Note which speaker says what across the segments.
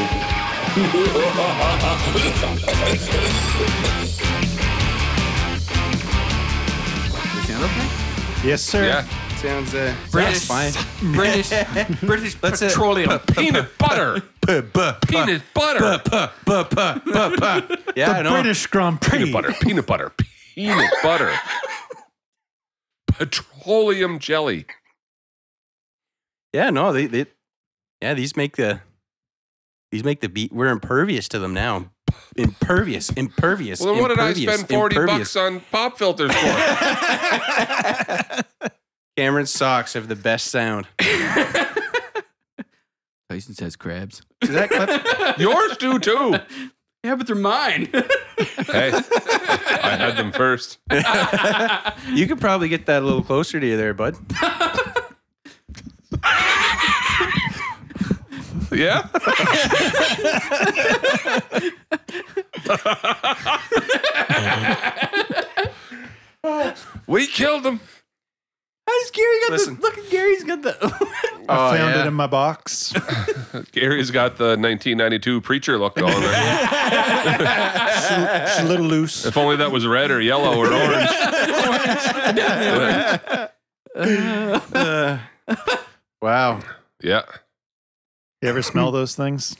Speaker 1: anything.
Speaker 2: You sound okay?
Speaker 3: Yes, sir.
Speaker 1: Yeah.
Speaker 2: Sounds uh,
Speaker 3: British,
Speaker 2: sounds fine.
Speaker 3: British, British
Speaker 2: That's it.
Speaker 3: petroleum.
Speaker 1: Peanut butter.
Speaker 3: P- b-
Speaker 1: Peanut butter.
Speaker 2: Yeah, I
Speaker 3: the
Speaker 2: know.
Speaker 3: British Grand Prix.
Speaker 1: Peanut butter. Peanut butter. Peanut butter. Petroleum jelly.
Speaker 2: Yeah, no, they, they, yeah, these make the, these make the beat. We're impervious to them now. Impervious, impervious.
Speaker 1: Well, then what did I
Speaker 2: impervious,
Speaker 1: spend 40
Speaker 2: impervious.
Speaker 1: bucks on pop filters for?
Speaker 2: Cameron's socks have the best sound.
Speaker 4: Tyson says crabs.
Speaker 2: Is that clip?
Speaker 1: Yours do too.
Speaker 4: Yeah, but they're mine.
Speaker 1: Hey, I had them first.
Speaker 2: you could probably get that a little closer to you there, bud.
Speaker 1: Yeah? we killed them.
Speaker 4: Gary got
Speaker 2: Listen.
Speaker 4: the look at Gary's got the
Speaker 3: I found
Speaker 2: yeah.
Speaker 3: it in my box.
Speaker 1: Gary's got the 1992 preacher look going. on.
Speaker 3: It's a little loose.
Speaker 1: if only that was red or yellow or orange.
Speaker 2: Uh, wow.
Speaker 1: yeah.
Speaker 3: You ever smell those things?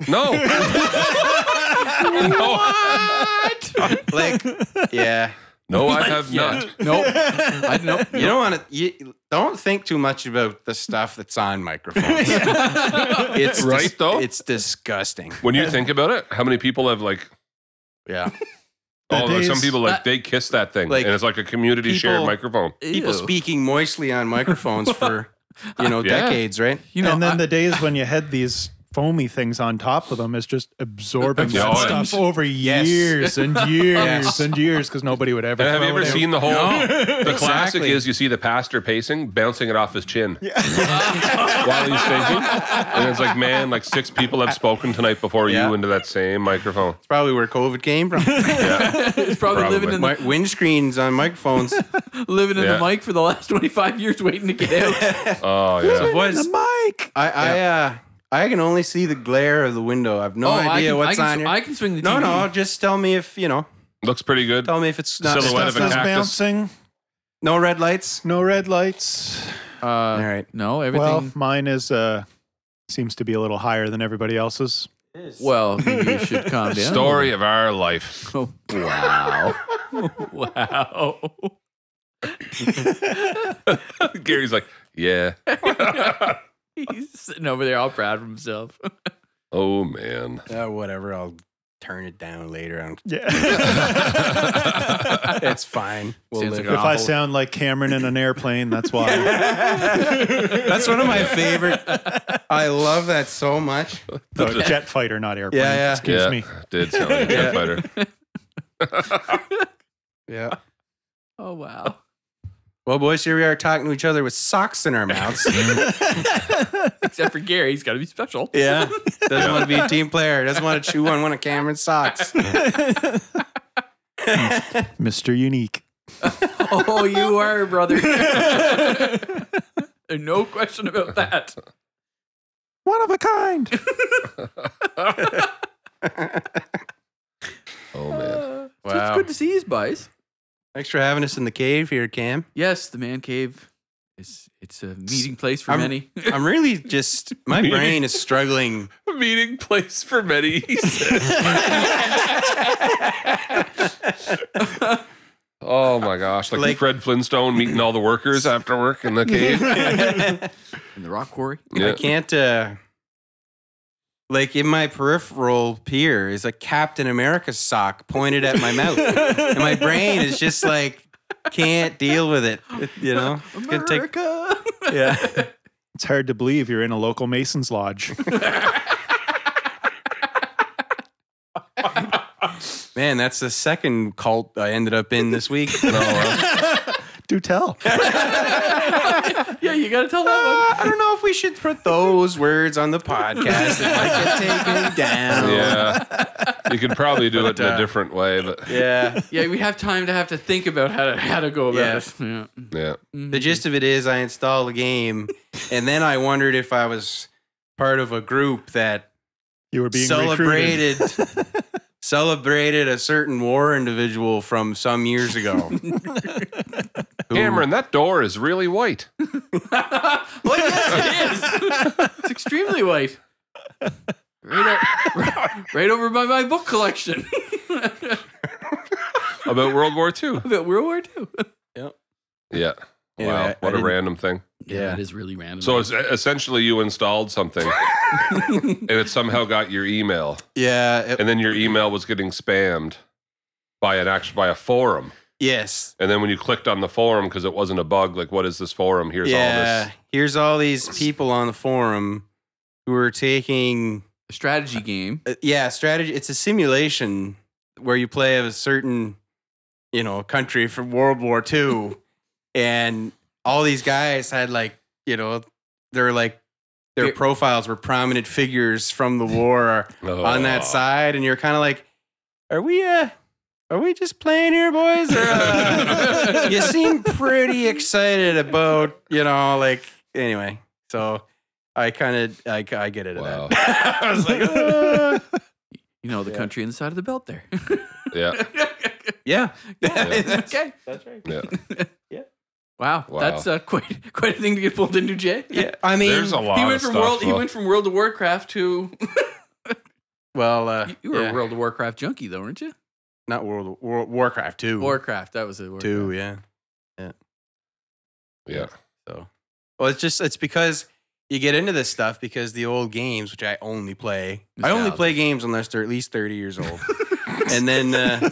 Speaker 1: No. no.
Speaker 2: Like, yeah.
Speaker 1: No, I have not.
Speaker 4: Nope. I nope.
Speaker 2: You don't want to. You don't think too much about the stuff that's on microphones. it's
Speaker 1: Right,
Speaker 2: dis-
Speaker 1: though?
Speaker 2: It's disgusting.
Speaker 1: When you think about it, how many people have like
Speaker 2: Yeah.
Speaker 1: Oh, like some
Speaker 3: days-
Speaker 1: people like they kiss that thing,
Speaker 2: Like,
Speaker 1: and it's like a community
Speaker 2: people-
Speaker 1: shared microphone.
Speaker 2: People
Speaker 4: Ew.
Speaker 2: speaking moistly on microphones for you know
Speaker 1: Yeah.
Speaker 2: decades, right?
Speaker 4: You know,
Speaker 3: and then
Speaker 4: I-
Speaker 3: the days when you had these foamy things on top of them is just absorbing
Speaker 1: Yeah,
Speaker 3: that
Speaker 1: and-
Speaker 3: stuff over years and years
Speaker 2: Yes.
Speaker 3: and years because nobody would ever.
Speaker 1: And have you
Speaker 3: throw
Speaker 1: ever
Speaker 3: it out.
Speaker 1: seen the whole? The classic
Speaker 2: Exactly.
Speaker 1: is you see the pastor pacing, bouncing it off his chin while he's thinking, and it's like, man, like six people have spoken tonight before
Speaker 2: Yeah.
Speaker 1: you into that same microphone.
Speaker 2: It's probably where COVID came from.
Speaker 4: it's probably,
Speaker 1: Probably.
Speaker 4: living in
Speaker 2: Mi-
Speaker 4: the,
Speaker 2: windscreens on microphones.
Speaker 4: living in
Speaker 1: Yeah.
Speaker 4: the mic for the last 25 years waiting to get out.
Speaker 1: Oh yeah,
Speaker 2: Was
Speaker 3: the mic?
Speaker 2: I? I uh, I can only see the glare of the window. I've no
Speaker 4: Oh, I
Speaker 2: idea
Speaker 4: can,
Speaker 2: what's
Speaker 4: I can,
Speaker 2: on here.
Speaker 4: I can swing the
Speaker 2: no,
Speaker 4: TV.
Speaker 2: no, just tell me if you know.
Speaker 1: looks pretty good.
Speaker 2: Tell me if it's not
Speaker 1: Silhouette of
Speaker 3: Stuff
Speaker 1: a
Speaker 3: is
Speaker 1: cactus.
Speaker 3: bouncing.
Speaker 2: no red lights.
Speaker 3: No red lights.
Speaker 4: Uh,
Speaker 2: All right.
Speaker 4: No,
Speaker 3: Well,
Speaker 4: everything.
Speaker 3: mine is uh seems to be a little higher than everybody else's.
Speaker 4: Well, maybe you should calm down.
Speaker 1: Story of our life.
Speaker 4: Oh, wow. wow.
Speaker 1: Gary's like, yeah.
Speaker 4: He's sitting over there all proud of himself.
Speaker 1: Oh man.
Speaker 2: Uh, whatever. I'll turn it down later. on.
Speaker 3: Yeah.
Speaker 2: It's fine. We'll
Speaker 4: Sounds
Speaker 2: live.
Speaker 4: like
Speaker 3: if I sound like Cameron in an airplane, that's why.
Speaker 2: That's one of my favorite. I love that so much.
Speaker 3: No, jet fighter, not airplane.
Speaker 2: Yeah, yeah.
Speaker 3: Excuse
Speaker 1: yeah,
Speaker 3: me.
Speaker 1: Did sound like a jet
Speaker 2: Yeah.
Speaker 1: fighter.
Speaker 2: Yeah.
Speaker 4: Oh, wow.
Speaker 2: Well, boys, here we are talking to each other with socks in our mouths.
Speaker 4: Except for Gary. He's got to be special.
Speaker 2: yeah. Doesn't want to be a team player. Doesn't want to chew on one of Cameron's socks.
Speaker 3: Mr. Unique.
Speaker 4: Oh, you are, brother. There's no question about that.
Speaker 3: One of a kind.
Speaker 1: Oh man.
Speaker 4: So it's
Speaker 2: Wow.
Speaker 4: good to see you, boys.
Speaker 2: Thanks for having us in the cave here, Cam.
Speaker 4: Yes, the man cave. It's it's a meeting place for
Speaker 2: I'm-
Speaker 4: many.
Speaker 2: I'm really just, my brain is struggling.
Speaker 1: Meeting place for many. he says. oh my gosh! Like,
Speaker 2: Like-
Speaker 1: Fred Flintstone meeting all the workers after work in the cave.
Speaker 4: In the rock quarry.
Speaker 2: I
Speaker 1: Yeah.
Speaker 2: can't, uh, like in my peripheral pier is a Captain America sock pointed at my mouth. and my brain is just like, can't deal with it. You know? It's gonna take-
Speaker 4: America.
Speaker 2: yeah.
Speaker 3: It's hard to believe you're in a local Mason's lodge.
Speaker 2: Man, that's the second cult I ended up in this week.
Speaker 3: Do tell.
Speaker 4: yeah, you got to tell that
Speaker 2: I don't know if we should put those words on the podcast. It might get taken down.
Speaker 1: yeah, you could probably do it in a different way, but
Speaker 2: Yeah.
Speaker 4: one. Yeah, we have time to have to think about how to how to go about
Speaker 2: Yeah.
Speaker 4: it. Yeah. Mm-hmm.
Speaker 1: yeah.
Speaker 2: The gist of it is I installed a game and then I wondered if I was part of a group that
Speaker 3: You were being recruited.
Speaker 2: celebrated celebrated a certain war individual from some years ago. Who-
Speaker 1: Cameron, that door is really white.
Speaker 4: well, yes, it is. It's extremely white. Right, o- right, right over by my book collection
Speaker 1: About World War II.
Speaker 4: about World War II.
Speaker 1: Yeah.
Speaker 2: Anyway,
Speaker 1: wow.
Speaker 2: I- I
Speaker 1: What a
Speaker 2: didn't-
Speaker 1: random thing.
Speaker 4: Yeah, it is really random.
Speaker 1: So it's, essentially, you installed something and it somehow got your email,
Speaker 2: Yeah. it-
Speaker 1: and then your email was getting spammed by an act by a forum.
Speaker 2: yes.
Speaker 1: And then when you clicked on the forum because it wasn't a bug, like what is this forum? Here's
Speaker 2: yeah.
Speaker 1: all this.
Speaker 2: Here's all these people on the forum who are taking
Speaker 4: a strategy game.
Speaker 2: uh, yeah strategy. It's a simulation where you play a certain you know country from World War II, and all these guys had like you know they're like their
Speaker 4: Here-
Speaker 2: profiles were prominent figures from the war on that
Speaker 1: Oh.
Speaker 2: side, and you're kind of like, are we uh, are we just playing here, boys? Or, uh, you seem pretty excited about you know like anyway. So I kind of I, I get it.
Speaker 1: Wow.
Speaker 2: I was like, uh,
Speaker 4: You know, the country inside of the belt there.
Speaker 1: Yeah.
Speaker 2: yeah, That's-
Speaker 4: okay.
Speaker 1: Yeah.
Speaker 4: Wow,
Speaker 1: Wow.
Speaker 4: that's uh, quite quite a thing to get pulled into, Jay.
Speaker 2: yeah. I mean,
Speaker 1: There's a lot
Speaker 4: He went
Speaker 1: of
Speaker 4: from
Speaker 1: stuff.
Speaker 4: world. He
Speaker 1: though.
Speaker 4: went from World of Warcraft to
Speaker 2: well, uh,
Speaker 4: you, you were
Speaker 2: yeah.
Speaker 4: a World of Warcraft junkie, though, weren't you?
Speaker 2: not World War, Warcraft two,
Speaker 4: Warcraft. That was a Warcraft.
Speaker 2: two, yeah.
Speaker 1: yeah.
Speaker 2: So, well, it's just it's because you get into this stuff because the old games, which I only play, I only
Speaker 4: Nostalgia.
Speaker 2: play games unless they're at least thirty years old, and then uh,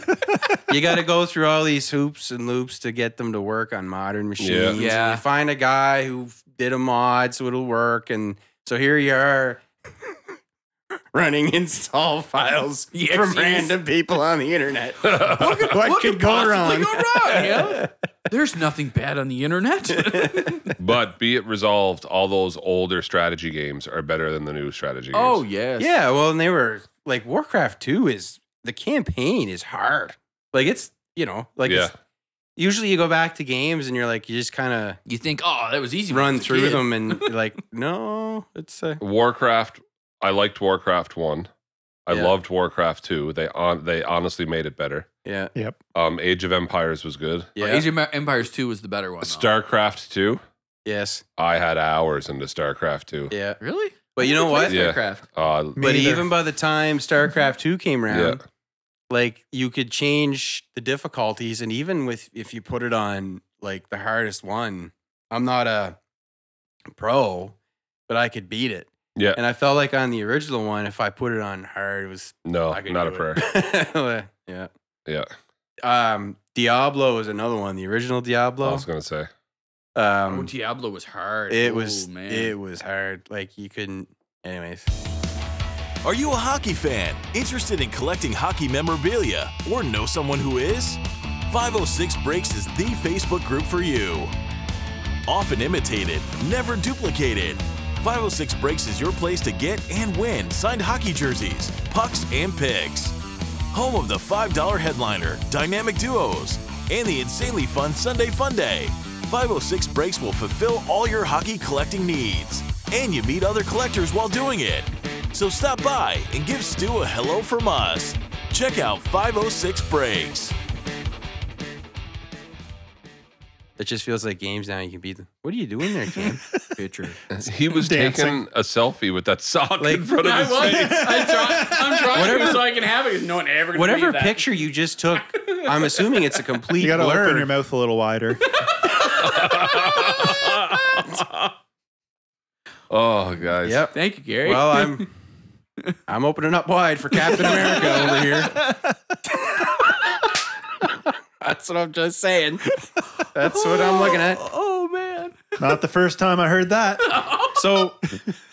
Speaker 2: you got to go through all these hoops and loops to get them to work on modern machines. and
Speaker 4: Yeah.
Speaker 2: you find a guy who did a mod so it'll work, and so here you are. Running install files
Speaker 4: Yes,
Speaker 2: from
Speaker 4: yes.
Speaker 2: random people on the internet. what could,
Speaker 4: What could
Speaker 2: go wrong?
Speaker 4: possibly go wrong? Yeah. There's nothing bad on the internet.
Speaker 1: But be it resolved, all those older strategy games are better than the new strategy games.
Speaker 4: oh yes.
Speaker 2: Yeah, well, and they were like Warcraft 2 is the campaign is hard. Like it's, you know, like
Speaker 1: yeah.
Speaker 2: it's, usually you go back to games and you're like you just kind
Speaker 4: You think, oh, that was easy.
Speaker 2: of
Speaker 4: when I
Speaker 2: run
Speaker 4: was a
Speaker 2: through
Speaker 4: kid."
Speaker 2: them and you're like no, it's uh, a
Speaker 1: Warcraft. I liked Warcraft one. I
Speaker 2: Yeah.
Speaker 1: loved Warcraft two. They on they honestly made it better.
Speaker 2: yeah.
Speaker 3: Yep.
Speaker 1: Um, Age of Empires was good.
Speaker 4: Well,
Speaker 2: Yeah.
Speaker 4: Age of Empires Two was the better
Speaker 1: Oh,
Speaker 4: one. though.
Speaker 1: Starcraft two.
Speaker 2: yes.
Speaker 1: I had hours into Starcraft two.
Speaker 2: Yeah.
Speaker 4: Really?
Speaker 2: But you know what?
Speaker 1: Yeah.
Speaker 4: Starcraft.
Speaker 1: Uh,
Speaker 3: Me
Speaker 2: But
Speaker 3: either.
Speaker 2: even by the time StarCraft 2 came around,
Speaker 1: Yeah.
Speaker 2: like you could change the difficulties and even with if you put it on like the hardest one, I'm not a pro, but I could beat it.
Speaker 1: yeah.
Speaker 2: And I felt like on the original one, if I put it on hard, it was
Speaker 1: No,
Speaker 2: I could
Speaker 1: Oh, not a
Speaker 2: do
Speaker 1: prayer.
Speaker 2: it. yeah.
Speaker 1: Yeah.
Speaker 2: Um, Diablo is another one. The original
Speaker 1: I
Speaker 2: Diablo.
Speaker 1: was gonna say.
Speaker 2: Um,
Speaker 4: oh, Diablo was hard.
Speaker 2: it
Speaker 4: oh,
Speaker 2: was
Speaker 4: man.
Speaker 2: it was hard. Like you couldn't. Anyways,
Speaker 5: Are you a hockey fan, interested in collecting hockey memorabilia, or know someone who is? 506 Breaks is the Facebook group for you. Often imitated, never duplicated. 506 Breaks is your place to get and win signed hockey jerseys, pucks, and picks. Home of the $5 headliner, dynamic duos, and the insanely fun Sunday Fun Day. 506 Breaks will fulfill all your hockey collecting needs, and you meet other collectors while doing it. So stop by and give Stu a hello from us. Check out 506 Breaks.
Speaker 2: it just feels like games now. You can beat them. What are you doing there, Cam?
Speaker 4: Picture.
Speaker 1: He was
Speaker 3: Dancing.
Speaker 1: taking a selfie with that sock
Speaker 2: Like-
Speaker 1: in front of
Speaker 4: I
Speaker 1: his
Speaker 4: was.
Speaker 1: face.
Speaker 4: I tried, I'm trying
Speaker 2: Whatever-
Speaker 4: to so I can have it because no one ever. gonna
Speaker 2: Whatever
Speaker 4: believe that.
Speaker 2: picture you just took, I'm assuming it's a complete
Speaker 3: You got to
Speaker 2: blur.
Speaker 3: open your mouth a little wider.
Speaker 1: Oh, guys.
Speaker 2: Yep.
Speaker 4: Thank you, Gary.
Speaker 2: Well, I'm I'm opening up wide for Captain America over here. That's what I'm just saying. That's what I'm looking at.
Speaker 4: Oh man.
Speaker 3: Not the first time I heard that.
Speaker 2: So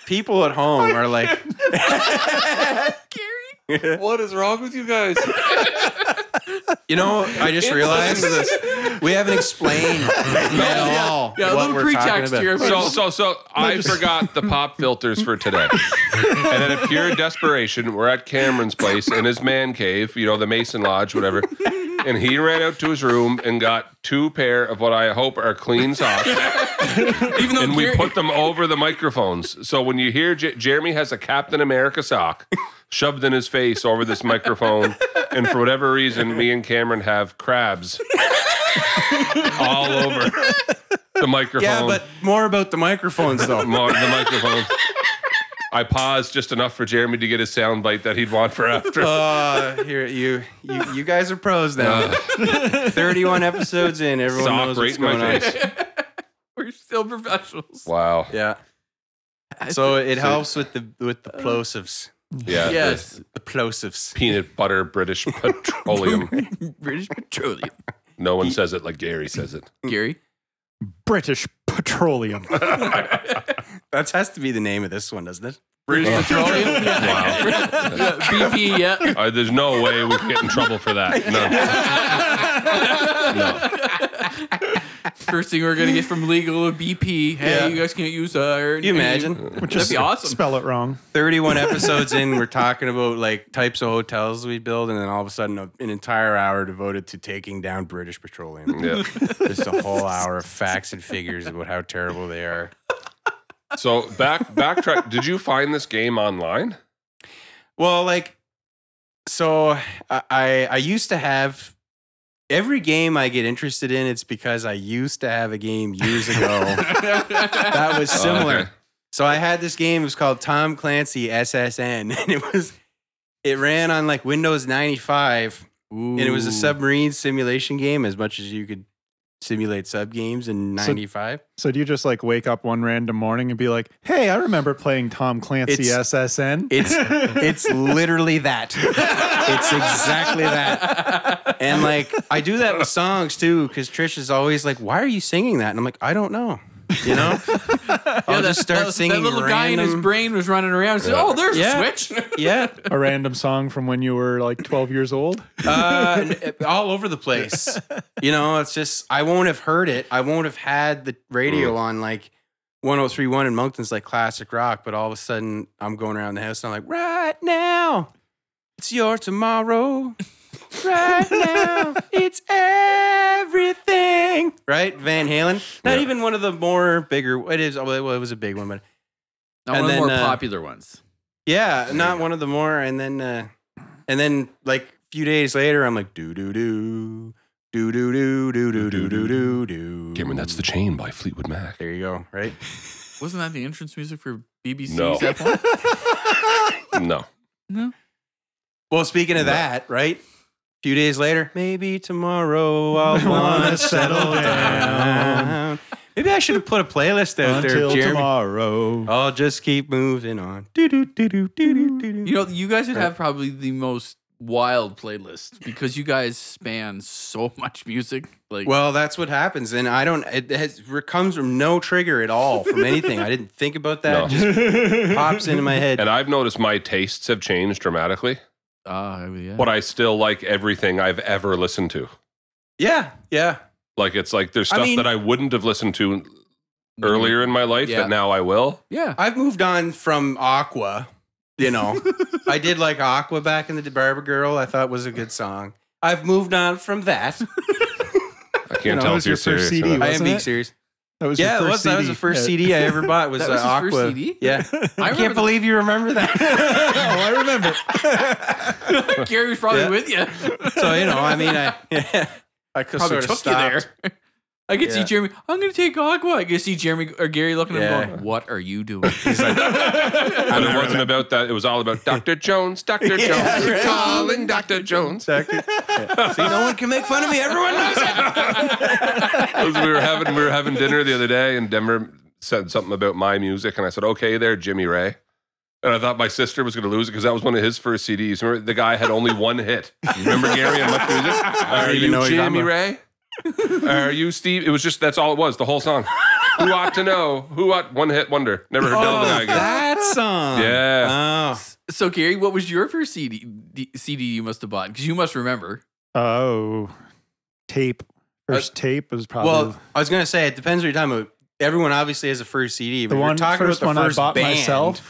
Speaker 2: people at home are like,
Speaker 1: What is wrong with you guys?
Speaker 2: you know, I just realized this. We haven't explained at all
Speaker 4: Yeah, a
Speaker 2: what
Speaker 4: little
Speaker 2: we're
Speaker 4: pretext
Speaker 2: talking
Speaker 4: here.
Speaker 2: about.
Speaker 1: So, so, so I forgot the pop filters for today. and then, in pure desperation, we're at Cameron's place in his man cave, you know, the Mason Lodge, whatever. and he ran out to his room and got two pair of what I hope are clean socks,
Speaker 4: Even though
Speaker 1: and we
Speaker 4: Jer-
Speaker 1: put them over the microphones. So when you hear J- Jeremy has a Captain America sock shoved in his face over this microphone, and for whatever reason, me and Cameron have crabs all over the microphone.
Speaker 2: Yeah, but more about the microphones though.
Speaker 1: Mo- Uh, the microphone. I paused just enough for Jeremy to get his sound bite that he'd want for after.
Speaker 2: Uh, here you, you you guys are pros now. 31 episodes in, everyone
Speaker 1: Sock
Speaker 2: knows
Speaker 1: Uh. right
Speaker 2: what's
Speaker 1: in my
Speaker 2: going on.
Speaker 1: face.
Speaker 4: we're still professionals.
Speaker 1: wow.
Speaker 2: Yeah.
Speaker 4: I
Speaker 2: So it helps with the with the plosives.
Speaker 1: Yeah.
Speaker 4: think- yes,
Speaker 2: The plosives.
Speaker 1: Peanut butter British petroleum.
Speaker 4: British Petroleum.
Speaker 1: No one says it like Gary says it.
Speaker 4: Gary,
Speaker 3: British Petroleum.
Speaker 2: That has to be the name of this one, doesn't it?
Speaker 1: British
Speaker 4: Petroleum. Yeah, BP. Yeah.
Speaker 1: Uh, there's no way we can get in trouble for that. No.
Speaker 4: First thing we're gonna get from legal is BP. Hey,
Speaker 2: Yeah.
Speaker 4: you guys can't use iron.
Speaker 2: Can you imagine?
Speaker 4: That'd be awesome.
Speaker 3: Spell it wrong.
Speaker 2: 31 episodes in, we're talking about like types of hotels we build, and then all of a sudden, a, an entire hour devoted to taking down British Petroleum.
Speaker 1: Yeah.
Speaker 2: Just a whole hour of facts and figures about how terrible they are.
Speaker 1: So back backtrack. Did you find this game online?
Speaker 2: Well, like, so I- I I used to have every game I get interested in. It's because I used to have a game years ago that was
Speaker 1: Oh,
Speaker 2: similar.
Speaker 1: okay.
Speaker 2: So I had this game. It was called Tom Clancy SSN, and it was it ran on like Windows ninety five, and it was a
Speaker 4: Ooh.
Speaker 2: submarine simulation game. As much as you could simulate sub games in
Speaker 3: So-
Speaker 2: ninety five.
Speaker 3: So do you just like wake up one random morning and be like, "Hey, I remember playing Tom Clancy
Speaker 2: It's-
Speaker 3: SSN."
Speaker 2: It's it's literally that. It's exactly that. And like I do that with songs too, because Trish is always like, "Why are you singing that?" And I'm like, "I don't know." You know, I'll just start
Speaker 4: that,
Speaker 2: singing
Speaker 4: That little guy in his
Speaker 2: random-
Speaker 4: brain was running around. He Said, "Oh, there's
Speaker 2: Yeah.
Speaker 4: a switch."
Speaker 2: Yeah,
Speaker 3: a random song from when you were like 12 years old.
Speaker 2: uh, n- all over the place. You know, it's just I won't have heard it. I won't have had the radio on like 103.1 in Moncton's like classic rock. But all of a sudden, I'm going around the house and I'm like, right now, it's your tomorrow. Right now, it's everything. Right, Van Halen. Not
Speaker 1: Yeah.
Speaker 2: even one of the more bigger. It is. Well, it was a big one, but
Speaker 4: Not
Speaker 2: And
Speaker 4: one of the more
Speaker 2: then, uh,
Speaker 4: popular ones.
Speaker 2: yeah, not one of the more. And then, uh, and then like a few days later, I'm like, do do do do do do do do do do do do.
Speaker 1: Cameron, that's the chain by Fleetwood Mac.
Speaker 2: There you go. Right.
Speaker 4: Wasn't that the entrance music for BBC's
Speaker 1: No.
Speaker 4: that one?
Speaker 1: No.
Speaker 4: No.
Speaker 2: Well, speaking of that, right. A few days later, maybe tomorrow I'll wanna settle down. Maybe I should have put a playlist out
Speaker 3: Until
Speaker 2: there, Jeremy.
Speaker 3: tomorrow.
Speaker 2: I'll just keep moving on. Do do do do do do
Speaker 4: You know, you guys would have probably the most wild playlist because you guys span so much music. Like,
Speaker 2: Well, that's what happens, and I don't. It, has, it comes from no trigger at all from anything. I didn't think about that.
Speaker 1: No.
Speaker 2: It just pops into my head.
Speaker 1: And I've noticed my tastes have changed dramatically,
Speaker 4: ah, yeah.
Speaker 1: but I still like everything I've ever listened to.
Speaker 2: Yeah, yeah.
Speaker 1: Like it's like there's
Speaker 2: I
Speaker 1: stuff
Speaker 2: mean-
Speaker 1: that I wouldn't have listened to earlier in my life
Speaker 4: Mm-hmm. Yeah.
Speaker 1: that now I will.
Speaker 4: yeah.
Speaker 2: I've moved on from Aqua. You know, I did like Aqua back in the Barber Girl. I thought was a good song. I've moved on from that.
Speaker 1: I can't
Speaker 3: You know, it
Speaker 1: tell if
Speaker 3: was
Speaker 1: you're
Speaker 3: your first
Speaker 1: serious. or
Speaker 3: CD,
Speaker 1: not.
Speaker 2: I am
Speaker 3: Wasn't
Speaker 2: being
Speaker 3: it?
Speaker 2: serious.
Speaker 3: That was
Speaker 2: Yeah,
Speaker 3: your
Speaker 2: that
Speaker 3: first
Speaker 2: was, that was the first
Speaker 3: Yeah.
Speaker 2: CD I ever bought. Was,
Speaker 4: That
Speaker 2: uh,
Speaker 4: was his
Speaker 2: Aqua?
Speaker 4: first CD?
Speaker 2: Yeah, I,
Speaker 4: remember
Speaker 2: can't
Speaker 4: the-
Speaker 2: believe you remember that.
Speaker 3: oh, I remember.
Speaker 4: Gary was probably
Speaker 2: Yeah.
Speaker 4: with you.
Speaker 2: so you know, I mean, I I could
Speaker 4: probably
Speaker 2: sort of
Speaker 4: took
Speaker 2: stopped.
Speaker 4: you there. I could see
Speaker 2: Yeah.
Speaker 4: Jeremy. I'm going to take Aqua. I could see Jeremy or Gary looking at
Speaker 2: Yeah.
Speaker 4: him going, "What are you doing?"
Speaker 1: But it wasn't about that. It was all about Dr. Jones, Dr. Jones,
Speaker 2: right.
Speaker 1: calling Dr. Jones.
Speaker 2: See, no one can make fun of me. Everyone knows it.
Speaker 1: It was- we were having we were having dinner the other day, and Denver said something about my music, and I said, "Okay, there, Jimmy Ray." And I thought my sister was going to lose it because that was one of his first CDs. Remember, the guy had only one hit. Remember Gary and Much Music? Are
Speaker 2: even know
Speaker 1: you
Speaker 2: what you're
Speaker 1: Jimmy Ray?
Speaker 2: talking
Speaker 1: Are you Steve? It was just that's all it was. The whole song. Who ought to know? Who ought one hit wonder? Never heard oh, the guy again.
Speaker 2: that song.
Speaker 1: Yeah.
Speaker 2: Oh.
Speaker 4: so, Gary, what was your first CD D- CD you must have bought? Because you must remember.
Speaker 3: Oh, tape. First tape was probably
Speaker 2: Uh, Well, I was gonna say it depends what you're talking about. Everyone obviously has a first CD. But
Speaker 3: the
Speaker 2: we're
Speaker 3: one
Speaker 2: talking
Speaker 3: first
Speaker 2: about
Speaker 3: one
Speaker 2: the
Speaker 3: I
Speaker 2: first
Speaker 3: bought
Speaker 2: band. Uh,
Speaker 3: myself.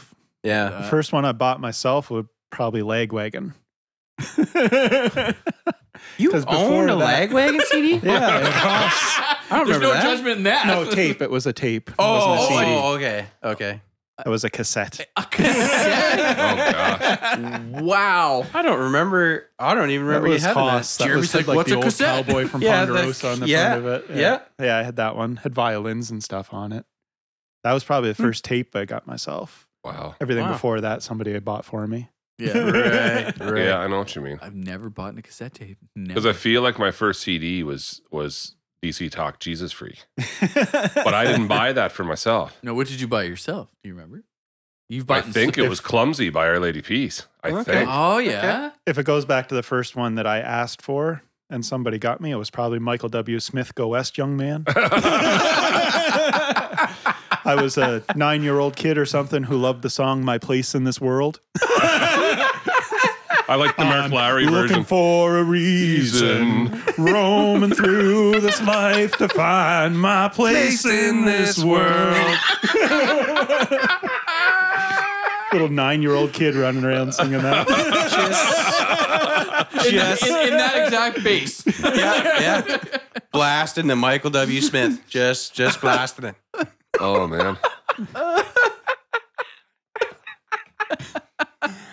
Speaker 3: Uh,
Speaker 2: Yeah.
Speaker 3: the first one I bought myself was probably Lagwagon.
Speaker 2: You
Speaker 3: 'Cause
Speaker 2: owned
Speaker 3: before
Speaker 2: a
Speaker 3: that-
Speaker 2: Lagwagon CD?
Speaker 3: Yeah. it costs-
Speaker 2: I don't
Speaker 4: There's
Speaker 2: remember
Speaker 4: no
Speaker 2: that.
Speaker 4: judgment in that.
Speaker 3: no tape. It was a tape. It
Speaker 2: Oh,
Speaker 3: wasn't a CD.
Speaker 2: oh, okay, okay.
Speaker 3: It was a cassette.
Speaker 4: A cassette?
Speaker 1: Oh gosh.
Speaker 2: Oh.
Speaker 4: wow.
Speaker 2: I don't remember. I don't even remember
Speaker 3: that
Speaker 2: you
Speaker 3: was
Speaker 2: having
Speaker 3: Haas.
Speaker 2: that.
Speaker 3: That
Speaker 4: Jeremy's
Speaker 3: was
Speaker 4: like,
Speaker 3: had, like
Speaker 4: "What's
Speaker 3: the
Speaker 4: a
Speaker 3: old
Speaker 4: cassette?"
Speaker 3: cowboy from
Speaker 2: Yeah, the-
Speaker 3: Ponderosa on the
Speaker 2: yeah,
Speaker 3: front of it.
Speaker 2: yeah.
Speaker 3: yeah, I had that one. Had violins and stuff on it. That was probably
Speaker 2: Hmm.
Speaker 3: the first tape I got myself.
Speaker 1: Wow.
Speaker 3: Everything
Speaker 2: Wow.
Speaker 3: before that, somebody had bought for me.
Speaker 4: Yeah.
Speaker 2: Right, right.
Speaker 1: Yeah, I know what you mean.
Speaker 4: I've never bought a cassette tape.
Speaker 1: Because
Speaker 4: Never.
Speaker 1: I feel like my first CD was was DC Talk Jesus Freak, but I didn't buy that for myself.
Speaker 4: no, what did you buy yourself? Do you remember? You've
Speaker 1: I
Speaker 4: bought.
Speaker 1: think it was Clumsy by Our Lady Peace. I
Speaker 2: Okay.
Speaker 1: think.
Speaker 4: Oh yeah.
Speaker 3: if it goes back to the first one that I asked for and somebody got me, it was probably Michael W. Smith Go West Young Man. I was a nine year old kid or something who loved the song My Place in This World.
Speaker 1: I like the Mark Lowry
Speaker 3: Looking
Speaker 1: version.
Speaker 3: for a reason, roaming through this life to find my place in this world. Little nine year old kid running around singing that.
Speaker 4: In, in- in that exact bass.
Speaker 2: yeah, yeah. Blasting the Michael W. Smith, just just blasting it.
Speaker 1: Oh man. I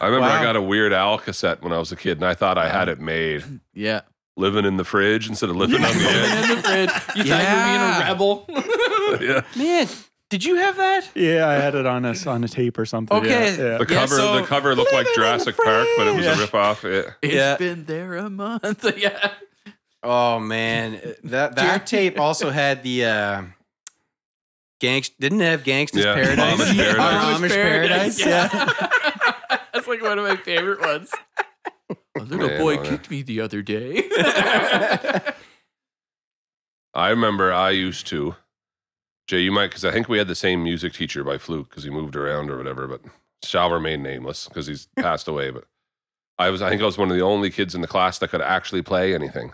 Speaker 1: remember I
Speaker 2: Wow.
Speaker 1: got a Weird Al cassette when I was a kid, and I thought I had it made.
Speaker 4: yeah.
Speaker 1: Living in the fridge instead of living on the
Speaker 4: In the fridge. You
Speaker 2: Yeah.
Speaker 4: thought you were being a rebel.
Speaker 1: edge. yeah.
Speaker 2: Man, did you have that?
Speaker 3: Yeah, I had it on a, on a tape or something.
Speaker 2: Okay.
Speaker 3: Yeah, yeah.
Speaker 1: The
Speaker 2: Yeah,
Speaker 1: cover,
Speaker 2: so-
Speaker 1: the cover looked like
Speaker 2: Living in the
Speaker 1: Jurassic Park, but it was
Speaker 2: fridge.
Speaker 1: a ripoff. It,
Speaker 4: It's
Speaker 2: Yeah.
Speaker 4: been there a month. yeah.
Speaker 2: Oh man, that that tape also had the uh, gangst. Didn't it have Gangsta's
Speaker 1: Yeah,
Speaker 2: Paradise?
Speaker 1: Amish
Speaker 2: Or
Speaker 1: Paradise.
Speaker 2: Amish Paradise, Yeah.
Speaker 4: That's like one of my favorite ones. A little
Speaker 1: Man,
Speaker 4: boy
Speaker 1: okay.
Speaker 4: kicked me the other day.
Speaker 1: I remember I used to. Jay, you might, because I think we had the same music teacher by fluke because he moved around or whatever, but shall remain nameless because he's passed away. But I was, I think I was one of the only kids in the class that could actually play anything,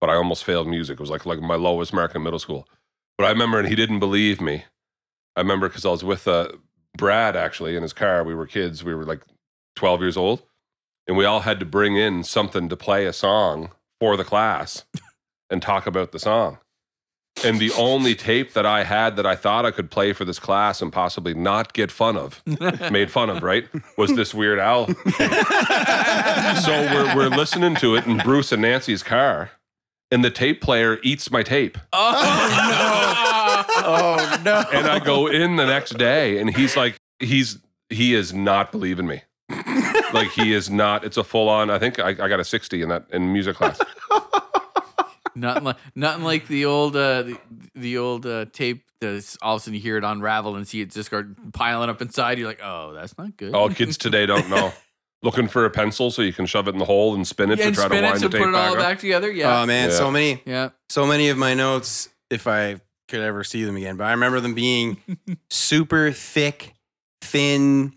Speaker 1: but I almost failed music. It was like, like my lowest mark in middle school. But I remember, and he didn't believe me. I remember because I was with uh, Brad actually in his car. We were kids, we were like 12 years old, and we all had to bring in something to play a song for the class and talk about the song. And the only tape that I had that I thought I could play for this class and possibly not get fun of, made fun of, right, was this Weird Al. so we're, we're listening to it in Bruce and Nancy's car, and the tape player eats my tape.
Speaker 2: Oh no.
Speaker 1: And I go in the next day, and he's like, he's he is not believing me. like he is not. It's a full on. I think I, I got a sixty in that in music class.
Speaker 4: nothing like nothing like the old uh, the, the old uh, tape. That's all of a sudden you hear it unravel and see it just start piling up inside. You're like, oh, that's not good.
Speaker 1: All kids today don't know. Looking for a pencil so you can shove it in the hole and spin it
Speaker 4: yeah,
Speaker 1: to
Speaker 4: and
Speaker 1: try to
Speaker 4: spin
Speaker 1: wind
Speaker 4: it
Speaker 1: the
Speaker 4: to
Speaker 1: tape
Speaker 4: put it all
Speaker 1: back up. Um,
Speaker 4: back together. Yeah,
Speaker 2: Oh man, so many
Speaker 4: yeah.
Speaker 2: so many of my notes if I could ever see them again, but I remember them being super thick, thin,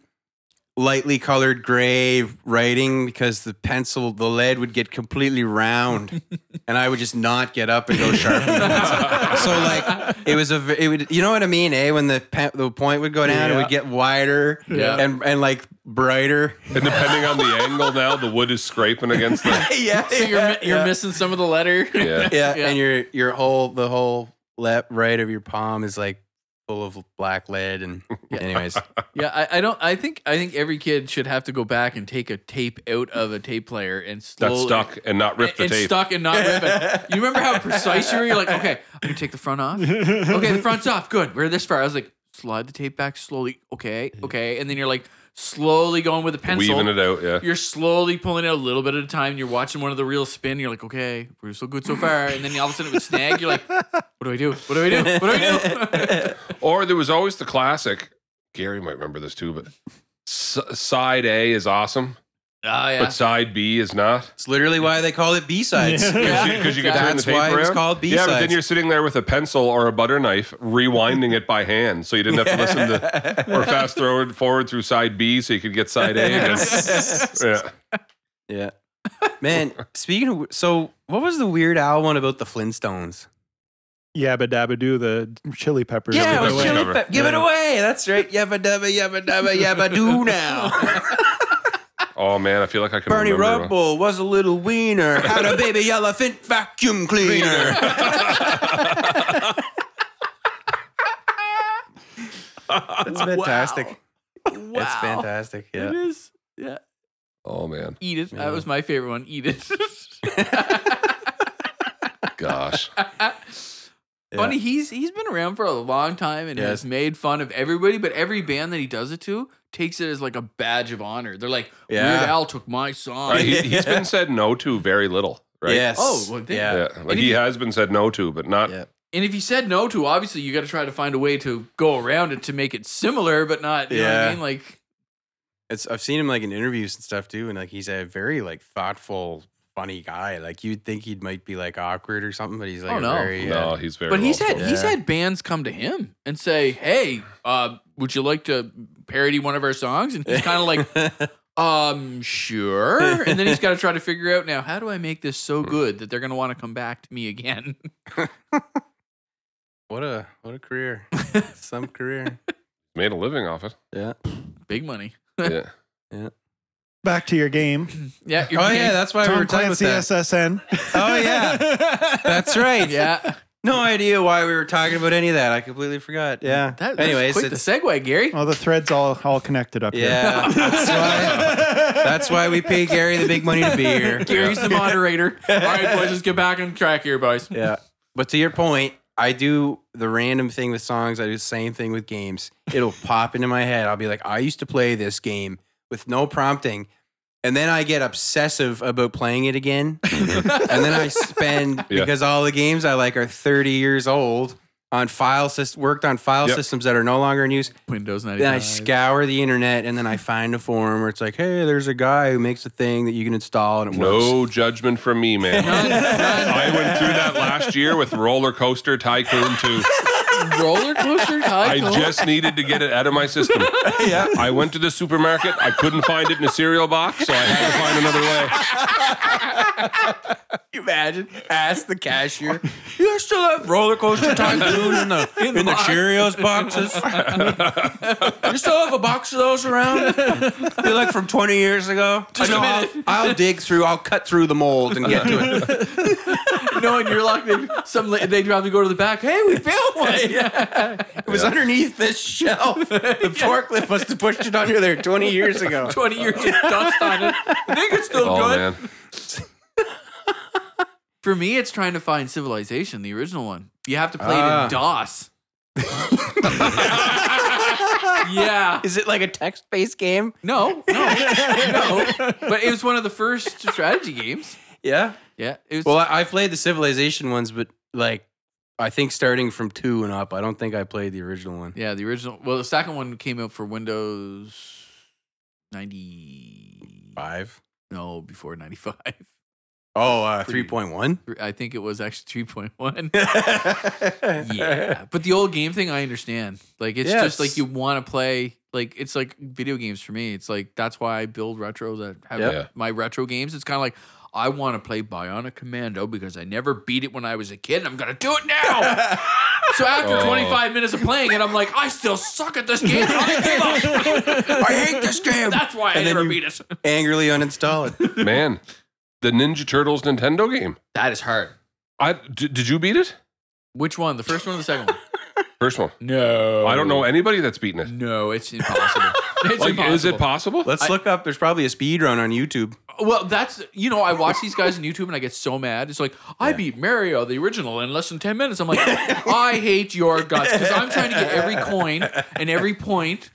Speaker 2: lightly colored gray writing because the pencil, the lead would get completely round and I would just not get up and go sharpen the pencil. so like it was a v- it would you know what I mean, eh, when the pe- the point would go down, it
Speaker 3: Yeah.
Speaker 2: would get wider
Speaker 4: Yeah.
Speaker 2: and and like brighter.
Speaker 1: And depending on the angle now, the wood is scraping against the.
Speaker 2: yeah.
Speaker 4: So you're mi- you're
Speaker 2: yeah.
Speaker 4: missing some of the letter.
Speaker 1: Yeah.
Speaker 2: yeah,
Speaker 4: Yeah.
Speaker 2: and your your whole the whole left right of your palm is like full of black lead and anyways
Speaker 4: Yeah, I, I don't. I think I think every kid should have to go back and take a tape out of a tape player and
Speaker 1: That
Speaker 4: slowly
Speaker 1: stuck and not rip the
Speaker 4: and
Speaker 1: tape.
Speaker 4: stuck and not rip it. You remember how precise you were? You're like, okay, I'm gonna take the front off. Okay, the front's off. Good. We're this far. I was like, slide the tape back slowly. Okay, okay, and then you're like slowly going with the pencil.
Speaker 1: Weaving it out, yeah.
Speaker 4: You're slowly pulling out a little bit at a time. You're watching one of the reels spin. You're like, okay, we're so good so far. And then all of a sudden it would snag. You're like, what do I do? What do I do? What do I do?
Speaker 1: Or there was always the classic. Gary might remember this too, but s- side A is awesome,
Speaker 4: Ah, yeah.
Speaker 1: but side B is not.
Speaker 2: it's literally why they call it b-sides
Speaker 1: Because
Speaker 4: Yeah.
Speaker 1: you, 'cause you can turn the
Speaker 2: That's
Speaker 1: tape
Speaker 2: why it
Speaker 1: around.
Speaker 2: was called
Speaker 1: Yeah, but then
Speaker 2: B-sides.
Speaker 1: you're sitting there with a pencil or a butter knife, rewinding it by hand, so you didn't have to listen to or fast forward forward through side B, so you could get side A again. yeah.
Speaker 2: yeah man speaking of so what was the weird owl one about the flintstones
Speaker 3: Yabba Dabba Doo, the chili peppers.
Speaker 2: yeah
Speaker 1: Give
Speaker 2: it
Speaker 1: it
Speaker 2: was
Speaker 1: away.
Speaker 2: chili
Speaker 1: Cover.
Speaker 2: pep give it
Speaker 3: Yeah.
Speaker 2: away that's right yabba dabba yabba dabba yabba do now
Speaker 1: Oh man, I feel like I can
Speaker 2: Bernie
Speaker 1: remember.
Speaker 2: Rumble was a little wiener. Had a baby elephant vacuum cleaner. That's fantastic.
Speaker 4: Wow.
Speaker 2: That's fantastic.
Speaker 4: It
Speaker 2: Yeah.
Speaker 4: is. Yeah.
Speaker 1: Oh man,
Speaker 4: Edith.
Speaker 2: Yeah.
Speaker 4: That was my favorite one. Edith.
Speaker 1: gosh.
Speaker 4: Funny, he's he's been around for a long time and
Speaker 2: Yes.
Speaker 4: has made fun of everybody, but every band that he does it to takes it as like a badge of honor. They're like,
Speaker 2: Yeah.
Speaker 4: Weird Al took my song.
Speaker 1: Right, he, has been said no to very little, right?
Speaker 2: Yes.
Speaker 4: Oh, well, they-
Speaker 2: yeah.
Speaker 1: Yeah, like he has been said no to, but not.
Speaker 2: Yeah.
Speaker 4: And if he said no to, obviously you got to try to find a way to go around it to make it similar, but not. You know what
Speaker 2: Yeah.
Speaker 4: I mean? Like,
Speaker 2: It's I've seen him like in interviews and stuff too, and like he's a very like thoughtful, funny guy. Like you'd think he would might be like awkward or something, but he's like
Speaker 4: Oh,
Speaker 2: a
Speaker 4: no.
Speaker 2: very
Speaker 1: No,
Speaker 2: uh,
Speaker 1: he's very.
Speaker 4: but he's had
Speaker 1: well-spoken.
Speaker 4: he's
Speaker 2: Yeah.
Speaker 4: had bands come to him and say, "Hey, uh, would you like to parody one of our songs?" And he's kind of like, "Um, sure." And then he's got to try to figure out now how do I make this so good that they're going to want to come back to me again.
Speaker 2: what a what a career. Some career.
Speaker 1: made a living off it.
Speaker 2: Yeah.
Speaker 4: Big money.
Speaker 1: Yeah.
Speaker 6: Back to your game.
Speaker 4: Yeah. You're
Speaker 2: Oh yeah, that's why we
Speaker 6: Tom
Speaker 2: were talking about
Speaker 6: Clancy
Speaker 2: that.
Speaker 6: SSN.
Speaker 2: Oh yeah. That's right.
Speaker 4: yeah.
Speaker 2: No idea why we were talking about any of that. I completely forgot. Yeah. Anyways,
Speaker 4: That, Anyways, Oh, quick the
Speaker 2: it's,
Speaker 4: segue, Gary.
Speaker 6: Well, the thread's all all connected up
Speaker 2: yeah. That's why. That's why we pay Gary the big money to be here.
Speaker 4: Gary's the moderator. All right, boys, let's get back on track here, boys.
Speaker 2: Yeah. But to your point, I do the random thing with songs. I do the same thing with games. It'll pop into my head. I'll be like, I used to play this game with no prompting. And then I get obsessive about playing it again. and then I spend,
Speaker 1: Yeah.
Speaker 2: because all the games I like are 30 years old on file systems, worked on file
Speaker 1: Yep.
Speaker 2: systems that are no longer in use.
Speaker 4: Windows 95.
Speaker 2: Then I scour the internet and then I find a forum where it's like, hey, there's a guy who makes a thing that you can install and it works.
Speaker 1: No judgment from me, man. I went through that last year with Roller Coaster Tycoon 2.
Speaker 4: Roller coaster
Speaker 1: I
Speaker 4: tycoon.
Speaker 1: just needed to get it out of my system.
Speaker 2: Yeah.
Speaker 1: I went to the supermarket. I couldn't find it in a cereal box, so I had to find another way.
Speaker 2: you imagine? Ask the cashier. You still have roller coaster tycoon in the in, the,
Speaker 4: box."
Speaker 2: Cheerios boxes. you still have a box of those around? They're like from 20 years ago.
Speaker 4: Just
Speaker 2: I
Speaker 4: a
Speaker 2: know,
Speaker 4: minute.
Speaker 2: I'll, I'll dig through. I'll cut through the mold and get to it.
Speaker 4: No, and you're like, they, some la- they'd probably go to the back. Hey, we found one.
Speaker 2: It was underneath this shelf. The forklift must have pushed it under there 20 years ago.
Speaker 4: Twenty years of dust on it. I think it's still
Speaker 1: Oh
Speaker 4: good.
Speaker 1: man,
Speaker 4: For me, it's trying to find Civilization, the original one. You have to play it
Speaker 2: Ah.
Speaker 4: in DOS. yeah.
Speaker 2: Is it like a text-based game?
Speaker 4: No. No. No. But it was one of the first strategy games.
Speaker 2: Yeah.
Speaker 4: Yeah. It was.
Speaker 2: Well, I, I played the Civilization ones, but like, I think starting from two and up. I don't think I played the original one.
Speaker 4: yeah. The original. Well, the second one came out for Windows ninety.
Speaker 2: Five.
Speaker 4: No, before ninety five.
Speaker 2: Oh, uh,
Speaker 4: Three.
Speaker 2: 3.1?
Speaker 4: I think it was actually three point one.
Speaker 2: yeah.
Speaker 4: yeah but the old game thing i understand like it's just like
Speaker 2: Yes.
Speaker 4: you want to play like it's like video games for me it's like that's why i build retros i have
Speaker 1: Yeah.
Speaker 4: my retro games it's kind of like i want to play bionic commando because i never beat it when i was a kid and i'm gonna do it now so after
Speaker 1: Oh.
Speaker 4: 25 minutes of playing it i'm like i still suck at this game I give up.
Speaker 2: I hate this game.
Speaker 4: that's why i
Speaker 2: And then
Speaker 4: never
Speaker 2: you-
Speaker 4: beat it
Speaker 2: Angrily uninstall it.
Speaker 1: man, the Ninja Turtles Nintendo game.
Speaker 4: that is hard
Speaker 1: I d- did you beat it?
Speaker 4: which one the first one or the second one
Speaker 1: First one.
Speaker 4: no
Speaker 1: I don't know anybody that's beaten it.
Speaker 4: no it's impossible it's
Speaker 1: like,
Speaker 4: impossible
Speaker 1: is it possible?
Speaker 2: Let's look up. There's probably a speed run on YouTube.
Speaker 4: Well, that's you know, I watch these guys on YouTube and I get so mad. It's like I beat Mario the original in less than ten minutes. I'm like, I hate your guts because I'm trying to get every coin and every point.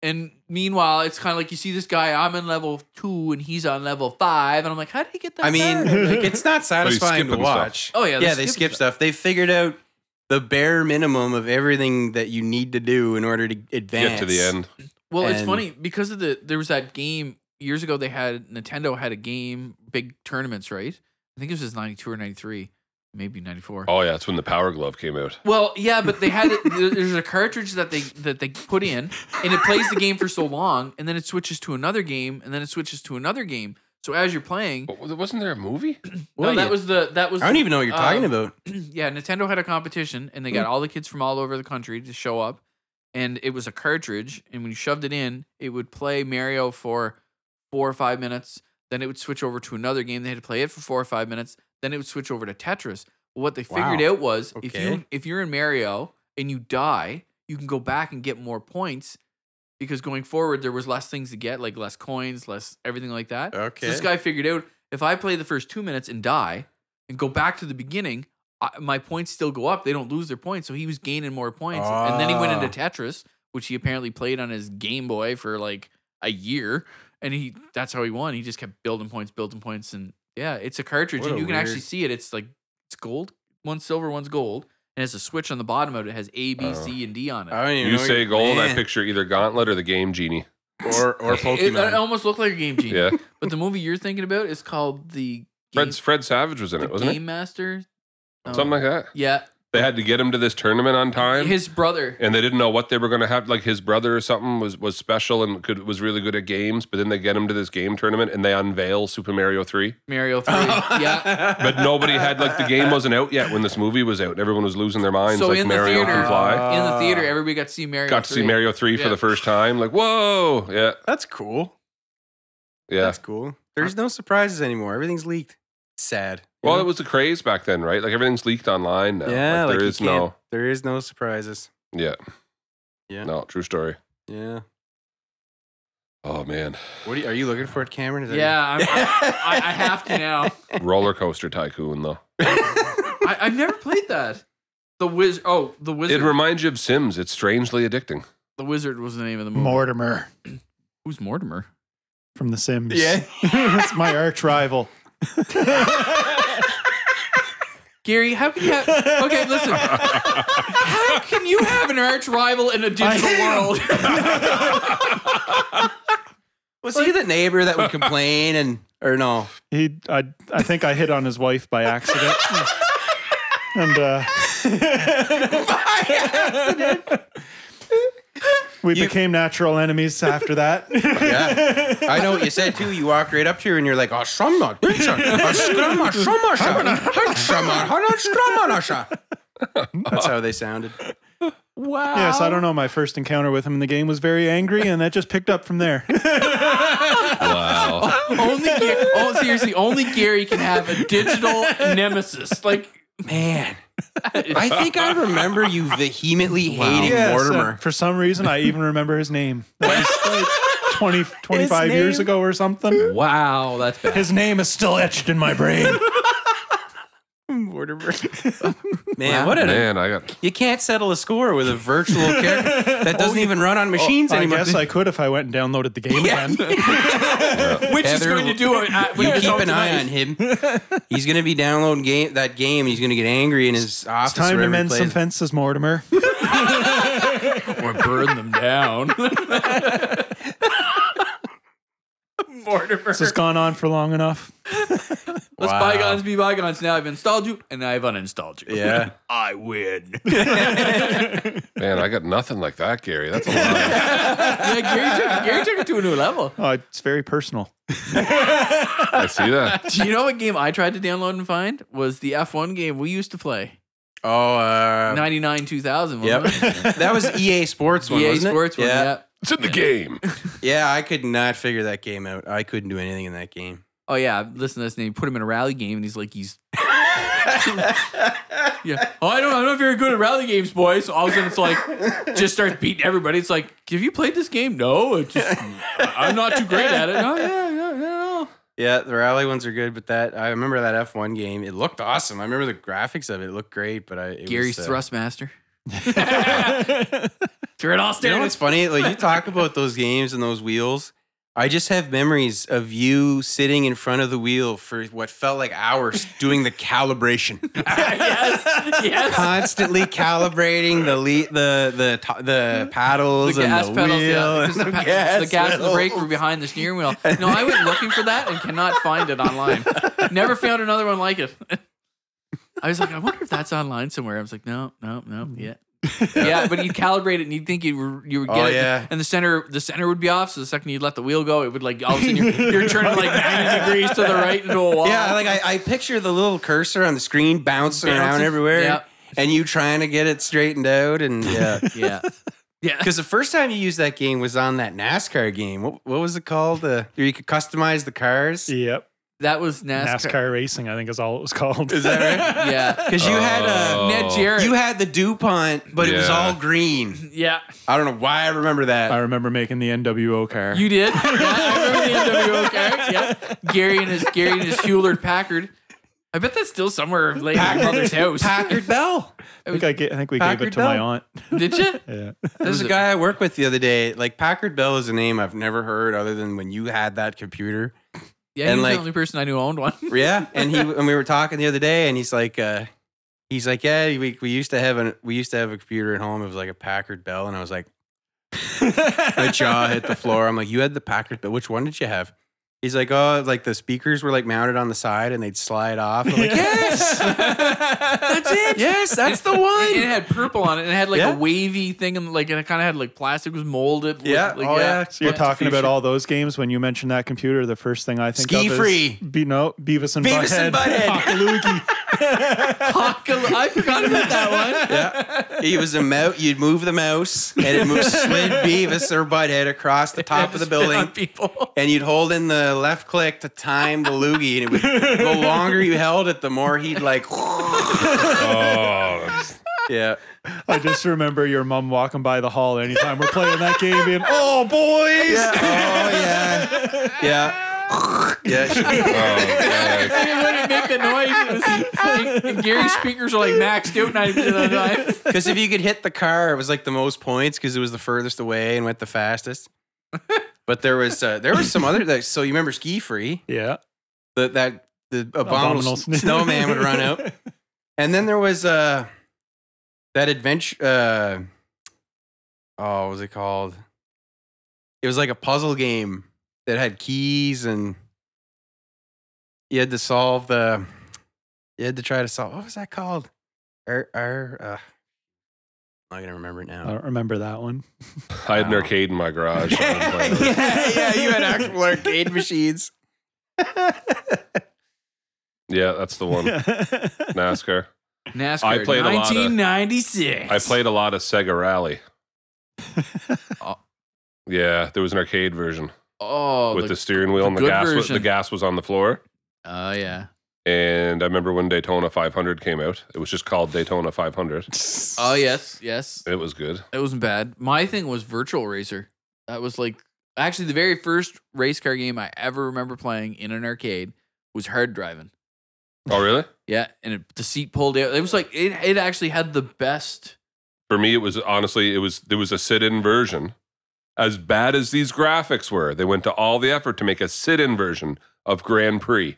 Speaker 4: And meanwhile, it's kind of like you see this guy. I'm on level two and he's on level five, and I'm like, how did he get that?
Speaker 2: I mean,
Speaker 4: far?
Speaker 2: like, it's
Speaker 1: Oh,
Speaker 2: not satisfying to
Speaker 1: skipping
Speaker 2: watch.
Speaker 4: Oh, yeah, they
Speaker 2: yeah, they
Speaker 4: skip
Speaker 2: skip stuff. They figured out the bare minimum of everything that you need to do in order to
Speaker 1: Get
Speaker 2: advance
Speaker 1: to the end.
Speaker 4: Well, it's
Speaker 2: And-
Speaker 4: funny because of the there was that game years ago. They had Nintendo had a game, big tournaments, right? I think it was '92 or '93, maybe '94.
Speaker 1: Oh yeah, that's when the Power Glove came out.
Speaker 4: Well, yeah, but they had it. there- There's a cartridge that they that they put in, and it plays the game for so long, and then it switches to another game, and then it switches to another game. So as you're playing,
Speaker 1: But wasn't there a movie?
Speaker 4: no,
Speaker 2: Well,
Speaker 4: that
Speaker 2: you-
Speaker 4: was the that was.
Speaker 2: I don't even know what you're talking
Speaker 4: um,
Speaker 2: about.
Speaker 4: Yeah, Nintendo had a competition, and they
Speaker 2: Mm.
Speaker 4: got all the kids from all over the country to show up, and it was a cartridge, and when you shoved it in, it would play Mario for four or five minutes. Then it would switch over to another game. They had to play it for four or five minutes. Then it would switch over to Tetris. What they figured
Speaker 2: Wow.
Speaker 4: out was if you
Speaker 2: Okay.
Speaker 4: if you're in Mario and you die, you can go back and get more points because going forward there was less things to get, like less coins, less everything like that. So
Speaker 2: Okay.
Speaker 4: this guy figured out if I play the first two minutes and die and go back to the beginning, I, my points still go up. They don't lose their points. So he was gaining more points. And then he went
Speaker 2: Ah.
Speaker 4: into Tetris, which he apparently played on his Game Boy for like a year. And he that's how he won. He just kept building points, building points. And yeah, it's a cartridge.
Speaker 2: What
Speaker 4: and
Speaker 2: a
Speaker 4: you can actually
Speaker 2: weird-
Speaker 4: see it. It's like it's gold. One's silver, one's gold. And it's a switch on the bottom of it. It has A, B, C,
Speaker 1: Oh.
Speaker 4: and D on it.
Speaker 2: I don't even
Speaker 1: You
Speaker 2: know
Speaker 1: say
Speaker 2: your-
Speaker 1: gold, I
Speaker 2: Man.
Speaker 1: picture either Gauntlet or the game Genie.
Speaker 2: or or
Speaker 4: It- uh, It,
Speaker 2: Pokemon.
Speaker 4: almost looked like a game genie.
Speaker 1: Yeah.
Speaker 4: But the movie you're thinking about is called the Game,
Speaker 1: Fred's, Fred Savage was in it,
Speaker 4: the
Speaker 1: wasn't
Speaker 4: Game Master. Oh,
Speaker 1: it? Something like that.
Speaker 4: Yeah,
Speaker 1: They had to get him to this tournament on time.
Speaker 4: his brother.
Speaker 1: and they didn't know what they were going to have. Like his brother or something was was special and could was really good at games. But then they get him to this game tournament and they unveil Super Mario Three.
Speaker 4: Mario 3. yeah.
Speaker 1: But nobody had like the game wasn't out yet when this movie was out. and Everyone was losing their minds.
Speaker 4: So
Speaker 1: like
Speaker 4: in the
Speaker 1: Mario
Speaker 4: theater,
Speaker 1: can fly.
Speaker 2: Uh,
Speaker 4: in the theater, everybody got to see Mario.
Speaker 1: Got to see
Speaker 4: 3.
Speaker 1: Mario Three for
Speaker 4: Yeah.
Speaker 1: the first time. Like whoa, yeah,
Speaker 2: That's cool.
Speaker 1: yeah.
Speaker 2: That's cool. There's no surprises anymore. Everything's leaked. Sad.
Speaker 1: well, it was the craze back then, right? Like everything's leaked online now.
Speaker 2: yeah,
Speaker 1: like,
Speaker 2: like
Speaker 1: there
Speaker 2: you
Speaker 1: is no,
Speaker 2: can't- There is no surprises.
Speaker 1: yeah,
Speaker 2: Yeah.
Speaker 1: no true story.
Speaker 2: Yeah.
Speaker 1: Oh man,
Speaker 2: What are you, are you looking for, it, Cameron? Is that-
Speaker 4: Yeah, I'm, I, I, I have to now.
Speaker 1: roller coaster tycoon though.
Speaker 4: I, I've never played that. The Wiz. Oh, the Wizard.
Speaker 1: It reminds you of Sims. It's strangely addicting.
Speaker 4: the Wizard was the name of the movie.
Speaker 6: Mortimer
Speaker 4: Who's Mortimer?
Speaker 6: from The Sims.
Speaker 2: Yeah.
Speaker 6: That's my arch rival.
Speaker 4: Gary, how can you have? Okay, listen. how can you have an arch rival in a digital world?
Speaker 2: Was he the neighbor that would complain and or no?
Speaker 6: He, I, I think I hit on his wife by accident. and uh, we became natural enemies after that.
Speaker 2: Yeah. I know what you said too. You walked right up to her and you're like, "Oh, shamma, bitcha, oh, skrama, shama, shama, hun, shama, hana, skrama, nasha." That's how they sounded.
Speaker 4: wow.
Speaker 6: yes, I don't know. My first encounter with him in the game was very angry, and that just picked up from there.
Speaker 1: Wow.
Speaker 4: Only Ga- oh, seriously, only Gary can have a digital nemesis. Like
Speaker 2: Man, I think I remember you vehemently hating
Speaker 6: Yes, uh,
Speaker 2: Mortimer.
Speaker 6: for some reason, I even remember his name. That was like 20, 25 years
Speaker 2: name?
Speaker 6: ago or something.
Speaker 4: wow, that's bad.
Speaker 6: His name is still etched in my brain.
Speaker 2: Mortimer. Man,
Speaker 4: Wow.
Speaker 2: what an
Speaker 1: Man, I got
Speaker 2: You can't settle a score with a virtual character that doesn't even run on machines
Speaker 6: I
Speaker 2: anymore.
Speaker 6: guess I could if I went and downloaded the game again.
Speaker 4: Which is
Speaker 2: Heather,
Speaker 4: going to do it. at- when
Speaker 2: you
Speaker 4: it's
Speaker 2: keep
Speaker 4: out
Speaker 2: an eye
Speaker 4: tonight.
Speaker 2: on him. He's going to be downloading game that game. And he's going to get angry in his office.
Speaker 6: It's time to
Speaker 2: wherever he
Speaker 6: mend some
Speaker 2: plays.
Speaker 6: fences, Mortimer.
Speaker 4: or burn them down. Mortimer.
Speaker 6: This has gone on for long enough.
Speaker 4: Let's
Speaker 2: Wow.
Speaker 4: bygones be bygones. Now I've installed you and I've uninstalled you.
Speaker 2: Yeah.
Speaker 4: I win.
Speaker 1: man, I got nothing like that, Gary. That's a lot.
Speaker 4: yeah, Gary took, Gary took it to a new level.
Speaker 6: Oh, it's very personal.
Speaker 1: I see that.
Speaker 4: Do you know what game I tried to download and find? Was the F1 game we used to play.
Speaker 2: Oh, uh,
Speaker 4: 99 2000.
Speaker 2: yep.
Speaker 4: Wasn't it?
Speaker 2: that was EA Sports one,
Speaker 4: EA
Speaker 2: wasn't it?
Speaker 4: E Sports one.
Speaker 2: yeah.
Speaker 4: Yeah.
Speaker 1: It's in the game.
Speaker 2: Yeah, I could not figure that game out. I couldn't do anything in that game.
Speaker 4: Oh, yeah. Listen to this name. Put him in a rally game and he's like, he's. yeah. Oh, I don't, I'm not very good at rally games, boys. So all of a sudden it's like, just starts beating everybody. It's like, have you played this game? No. It just, I- I'm not too great at it. Oh, yeah, yeah, yeah.
Speaker 2: Yeah, the rally ones are good, but that I remember that F one game. It looked awesome. I remember the graphics of it. It looked great, but I it
Speaker 4: Gary's
Speaker 2: was, uh,
Speaker 4: Thrustmaster. Turn all
Speaker 2: You know
Speaker 4: standards.
Speaker 2: what's funny? Like you talk about those games and those wheels. I just have memories of you sitting in front of the wheel for what felt like hours doing the calibration,
Speaker 4: yes. Yes.
Speaker 2: constantly calibrating the le- the the to- the paddles
Speaker 4: the
Speaker 2: and
Speaker 4: gas
Speaker 2: the
Speaker 4: pedals,
Speaker 2: wheel
Speaker 4: yeah,
Speaker 2: and
Speaker 4: because the,
Speaker 2: the
Speaker 4: pa-
Speaker 2: gas,
Speaker 4: the gas and the brake
Speaker 2: pedals.
Speaker 4: were behind the steering wheel. No, I went looking for that and cannot find it online. Never found another one like it. I was like, I wonder if that's online somewhere. I was like, no, no, no, yeah. yeah, but you calibrate it and you'd think you were you would get
Speaker 2: Mm. Oh,
Speaker 4: it,
Speaker 2: yeah.
Speaker 4: and the center the center would be off. So the second you'd let the wheel go, it would like all of a sudden you're, you're turning like ninety degrees to the right into a wall.
Speaker 2: Yeah, like I, I picture the little cursor on the screen bouncing around
Speaker 4: Bouncing,
Speaker 2: everywhere,
Speaker 4: yeah.
Speaker 2: and you trying to get it straightened out, and yeah,
Speaker 4: yeah. Yeah.
Speaker 2: Because the first time you used that game was on that NASCAR game. What, what was it called? Uh, where you could customize the cars.
Speaker 6: Yep.
Speaker 4: That was
Speaker 6: NASCAR.
Speaker 4: NASCAR.
Speaker 6: racing, I think is all it was called.
Speaker 2: Is that right?
Speaker 4: Yeah.
Speaker 2: Because you had a
Speaker 1: Oh.
Speaker 4: Ned Jarrett.
Speaker 2: you had the DuPont, but it was
Speaker 1: Yeah.
Speaker 2: all green.
Speaker 4: yeah.
Speaker 2: I don't know why I remember that.
Speaker 6: I remember making the NWO car.
Speaker 4: You did. Yeah, I remember the NWO character. Yeah. Gary and his Gary and his Hewlett Packard. I bet that's still somewhere late in your mother's house.
Speaker 2: Packard Bell.
Speaker 6: I think, I, ga- I think we gave
Speaker 2: Packard
Speaker 6: it to my
Speaker 2: Bell.
Speaker 6: aunt.
Speaker 4: Did you?
Speaker 6: Yeah.
Speaker 2: There's a guy I work with the other day. Like Packard Bell is a name I've never heard other than when you had that computer.
Speaker 4: Yeah,
Speaker 2: And
Speaker 4: he was
Speaker 2: like-
Speaker 4: the only person I knew owned one.
Speaker 2: Yeah, and he and we were talking the other day, and he's like, uh, he's like, yeah, we, we used to have an we used to have a computer at home. It was like a Packard Bell, and I was like, my jaw hit the floor. I'm like, you had the Packard Bell. Which one did you have? He's like, oh, like the speakers were like mounted on the side, and they'd slide off. I'm like, yes, that's it. Yes, that's the
Speaker 4: And it
Speaker 2: one.
Speaker 4: had purple on it, and it had like
Speaker 2: Yeah.
Speaker 4: a wavy thing, and like and it kind of had like plastic was molded.
Speaker 2: Yeah,
Speaker 4: like,
Speaker 2: oh yeah.
Speaker 6: So you're talking about all those games. When you mention that computer, the first thing I think
Speaker 2: Ski
Speaker 6: of
Speaker 2: Free.
Speaker 6: is Be- no, Beavis and
Speaker 2: Beavis and Butthead.
Speaker 6: Hockaluki.
Speaker 4: Hockal- I forgot about that one.
Speaker 2: Yeah, he was a mouse. You'd move the mouse, and it moved slid Beavis or Butthead across the top of the
Speaker 4: Spit on
Speaker 2: building.
Speaker 4: people.
Speaker 2: and you'd hold in the left click to time the loogie, and it would, the longer you held it, the more he'd like.
Speaker 1: Oh, that's-
Speaker 2: yeah,
Speaker 6: I just remember your mom walking by the hall anytime we're playing that game, being, "Oh, boys!"
Speaker 2: yeah, oh yeah, yeah, yeah. she-
Speaker 1: oh, okay.
Speaker 4: it wouldn't make the noise. It was, and Gary's speakers were like maxed out ninety percent of the time.
Speaker 2: Because if you could hit the car, it was like the most points because it was the furthest away and went the fastest. But there was uh, there was some other like, so you remember ski free
Speaker 6: yeah.
Speaker 2: that that the abominable,
Speaker 6: Abominable
Speaker 2: s- snowman would run out, and then there was uh that adventure. Uh, oh, what was it called? It was like a puzzle game that had keys and you had to solve the. You had to try to solve. What was that called? Ar, ar, uh, I'm not gonna remember it now.
Speaker 6: I don't remember that one.
Speaker 1: I had an arcade in my garage. and I was playing with it.
Speaker 2: yeah, yeah, you had actual arcade machines.
Speaker 1: yeah, that's the one. NASCAR.
Speaker 4: NASCAR.
Speaker 1: I played a lot of-
Speaker 4: 1996.
Speaker 1: I played a lot of Sega Rally. Uh,
Speaker 4: Oh.
Speaker 1: Yeah, there was an arcade version
Speaker 4: Oh,
Speaker 1: with
Speaker 4: the-
Speaker 1: the steering wheel and the
Speaker 4: good
Speaker 1: gas. Was,
Speaker 4: version.
Speaker 1: the gas was on the floor.
Speaker 4: Oh yeah.
Speaker 1: And I remember when Daytona 500 came out. It was just called Daytona 500.
Speaker 4: Oh yes, yes.
Speaker 1: It was good.
Speaker 4: It wasn't bad. My thing was Virtual Racer. That was like actually the very first race car game I ever remember playing in an arcade was Hard Driving.
Speaker 1: Oh, really?
Speaker 4: Yeah, and it, the seat pulled out. It was like it, it actually had the best.
Speaker 1: For me, it was honestly, it was there was a sit-in version. As bad as these graphics were, they went to all the effort to make a sit-in version of Grand Prix,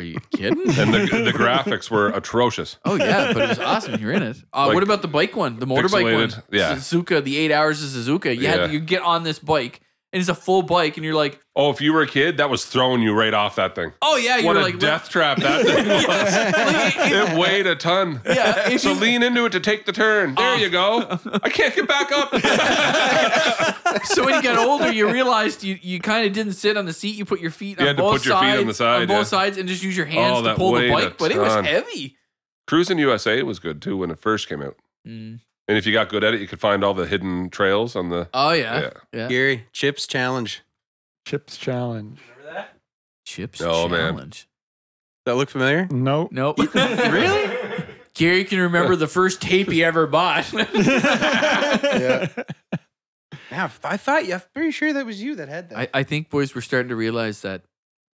Speaker 4: you kidding?
Speaker 1: and the, the graphics were atrocious.
Speaker 4: oh yeah, but it was awesome. You're in it. Uh,
Speaker 1: Like,
Speaker 4: what about the bike one? The motorbike
Speaker 1: pixelated,
Speaker 4: one.
Speaker 1: yeah.
Speaker 4: Suzuka. The eight hours of Suzuka. You had
Speaker 1: Yeah.
Speaker 4: you get on this bike and it's a full bike and you're like,
Speaker 1: Oh, if you were a kid, that was throwing you right off that thing.
Speaker 4: oh yeah, you're
Speaker 1: what a
Speaker 4: like
Speaker 1: death trap that thing was. it weighed a ton.
Speaker 4: Yeah, if
Speaker 1: So
Speaker 4: you- Oh.
Speaker 1: lean into it to take the turn. There you go. I can't get back up.
Speaker 4: so when you got older, you realized you, you kind of didn't sit on the seat. You put your feet
Speaker 1: You
Speaker 4: on
Speaker 1: had to
Speaker 4: both
Speaker 1: put your feet
Speaker 4: sides,
Speaker 1: on the side,
Speaker 4: both
Speaker 1: yeah.
Speaker 4: sides, and just use your hands
Speaker 1: Oh,
Speaker 4: to
Speaker 1: that
Speaker 4: pull
Speaker 1: weighed
Speaker 4: the
Speaker 1: a
Speaker 4: bike. But it was
Speaker 1: ton.
Speaker 4: heavy.
Speaker 1: Cruising USA was good too when it first came out.
Speaker 4: Mm.
Speaker 1: And if you got good at it, you could find all the hidden trails on the.
Speaker 4: Oh yeah,
Speaker 1: Yeah.
Speaker 4: yeah.
Speaker 2: Gary, chips challenge.
Speaker 6: Chips challenge.
Speaker 4: Chips
Speaker 1: Oh, man.
Speaker 4: challenge.
Speaker 2: That look familiar?
Speaker 6: No.
Speaker 4: Nope. really? Gary can remember the first tape he ever bought.
Speaker 2: Yeah, I thought you. I'm pretty sure that was you that had that.
Speaker 4: I, I think boys we're starting to realize that